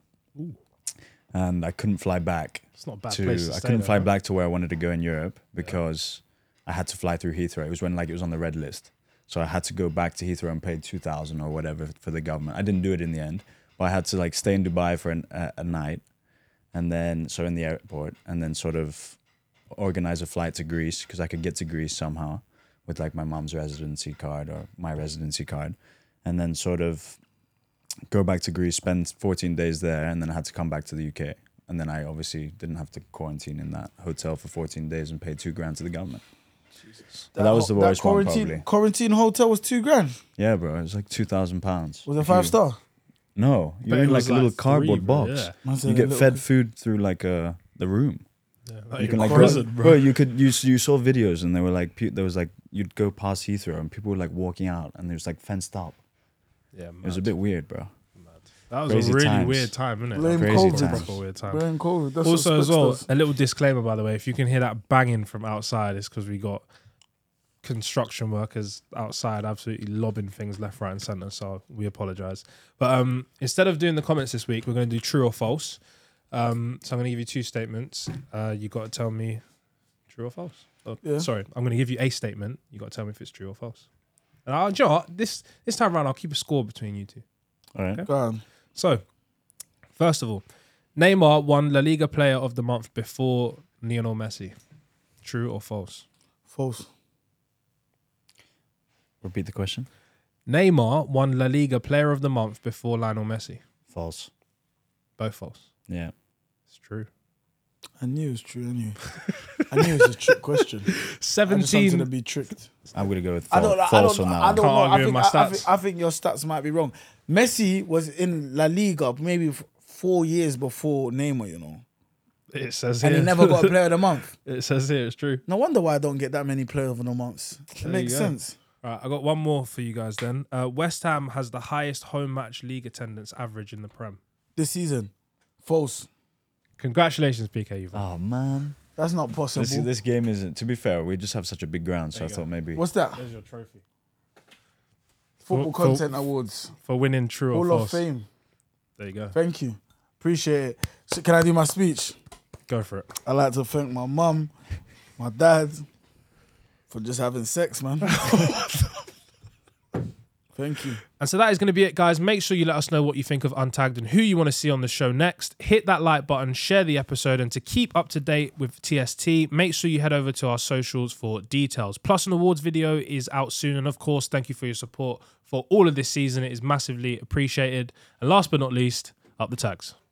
[SPEAKER 3] and I couldn't fly back.
[SPEAKER 2] It's not a bad
[SPEAKER 3] to
[SPEAKER 2] place. To
[SPEAKER 3] I
[SPEAKER 2] stay
[SPEAKER 3] couldn't
[SPEAKER 2] though,
[SPEAKER 3] fly
[SPEAKER 2] man.
[SPEAKER 3] back to where I wanted to go in Europe because I had to fly through Heathrow. It was when like it was on the red list, so I had to go back to Heathrow and pay two thousand or whatever for the government. I didn't do it in the end, but I had to like stay in Dubai for an, a, a night, and then so in the airport, and then sort of organize a flight to Greece because I could get to Greece somehow with like my mom's residency card or my residency card, and then sort of go back to Greece, spend 14 days there, and then I had to come back to the UK. And then I obviously didn't have to quarantine in that hotel for 14 days and pay two grand to the government. But that was the
[SPEAKER 1] ho-
[SPEAKER 3] worst one,
[SPEAKER 1] quarantine,
[SPEAKER 3] probably.
[SPEAKER 1] Quarantine hotel was two grand.
[SPEAKER 3] Yeah, bro, it was like two thousand pounds.
[SPEAKER 1] Was it five star?
[SPEAKER 3] No,
[SPEAKER 2] But
[SPEAKER 3] you're
[SPEAKER 2] it
[SPEAKER 3] in like
[SPEAKER 2] was
[SPEAKER 3] a little
[SPEAKER 2] like
[SPEAKER 3] cardboard
[SPEAKER 2] three, bro,
[SPEAKER 3] box.
[SPEAKER 2] yeah.
[SPEAKER 1] Man said
[SPEAKER 3] You
[SPEAKER 1] a
[SPEAKER 3] get
[SPEAKER 1] little-
[SPEAKER 3] fed food through like uh, the room.
[SPEAKER 2] Yeah, like
[SPEAKER 3] you
[SPEAKER 2] you're
[SPEAKER 3] can like
[SPEAKER 2] in
[SPEAKER 3] go-
[SPEAKER 2] prison, bro.
[SPEAKER 3] You could you s- you saw videos and they were like pe- there was like you'd go past Heathrow and people were like walking out and it was like fenced up.
[SPEAKER 2] Yeah,
[SPEAKER 3] It was a
[SPEAKER 2] mad.
[SPEAKER 3] bit weird, bro.
[SPEAKER 2] That was
[SPEAKER 3] crazy
[SPEAKER 2] a really
[SPEAKER 3] times.
[SPEAKER 2] weird time, wasn't it?
[SPEAKER 1] Blame
[SPEAKER 2] Like,
[SPEAKER 1] Crazy
[SPEAKER 2] proper
[SPEAKER 3] times.
[SPEAKER 2] weird time.
[SPEAKER 1] We're in COVID. That's
[SPEAKER 2] also,
[SPEAKER 1] what
[SPEAKER 2] as well,
[SPEAKER 1] splits us.
[SPEAKER 2] a little disclaimer, by the way, if you can hear that banging from outside, it's because we got construction workers outside absolutely lobbing things left, right, and center. So we apologize. But um, instead of doing the comments this week, we're going to do true or false. Um, so I'm going to give you two statements. Uh, you got to tell me true or false. Oh,
[SPEAKER 1] Yeah.
[SPEAKER 2] Sorry, I'm going to give you a statement. You got to tell me if it's true or false. And I'll, do you know what? This this time around, I'll keep a score between you two.
[SPEAKER 3] All right.
[SPEAKER 1] Go on.
[SPEAKER 2] So, first of all, Neymar won La Liga Player of the Month before Lionel Messi. True or false?
[SPEAKER 1] False.
[SPEAKER 3] Repeat the question.
[SPEAKER 2] Neymar won La Liga Player of the Month before Lionel Messi.
[SPEAKER 3] False.
[SPEAKER 2] Both false.
[SPEAKER 3] Yeah.
[SPEAKER 2] It's true.
[SPEAKER 1] I knew it was true. I knew. I knew it was a trick question. I just wanted to
[SPEAKER 2] 17.
[SPEAKER 1] be tricked.
[SPEAKER 3] I'm gonna go with
[SPEAKER 1] I
[SPEAKER 3] fal-
[SPEAKER 1] don't. I
[SPEAKER 3] false
[SPEAKER 1] don't.
[SPEAKER 3] on that
[SPEAKER 1] I
[SPEAKER 3] one.
[SPEAKER 1] don't know.
[SPEAKER 2] Can't
[SPEAKER 1] I
[SPEAKER 2] argue
[SPEAKER 1] think,
[SPEAKER 2] with my
[SPEAKER 1] I, I
[SPEAKER 2] stats.
[SPEAKER 1] think, I think your stats might be wrong. Messi was in La Liga maybe f- four years before Neymar, you know,
[SPEAKER 2] It says here.
[SPEAKER 1] and he never got a Player of the Month.
[SPEAKER 2] it says here it's true.
[SPEAKER 1] No wonder why I don't get that many Player of the Months. It
[SPEAKER 2] There you
[SPEAKER 1] makes
[SPEAKER 2] go.
[SPEAKER 1] sense.
[SPEAKER 2] Right, I got one more for you guys then. Uh, West Ham has the highest home match league attendance average in the Prem.
[SPEAKER 1] This season, false.
[SPEAKER 2] Congratulations, PK. You've won.
[SPEAKER 3] Oh man.
[SPEAKER 1] That's not possible.
[SPEAKER 3] This, this game isn't. To be fair, we just have such a big ground, so I thought maybe.
[SPEAKER 1] What's that?
[SPEAKER 2] There's your trophy.
[SPEAKER 1] Football
[SPEAKER 2] Fo- fo-
[SPEAKER 1] Content Awards,
[SPEAKER 2] For winning true or
[SPEAKER 1] Hall of
[SPEAKER 2] false.
[SPEAKER 1] Fame.
[SPEAKER 2] There you go.
[SPEAKER 1] Thank you. Appreciate it. So can I do my speech?
[SPEAKER 2] Go for it.
[SPEAKER 1] I'd like to thank my mum, my dad, for just having sex, man. thank you.
[SPEAKER 2] And so that is going to be it, guys. Make sure you let us know what you think of Untagged and who you want to see on the show next. Hit that like button, share the episode, and to keep up to date with TST, make sure you head over to our socials for details. Plus, an awards video is out soon. And of course, thank you for your support for all of this season. It is massively appreciated. And last but not least, up the tags.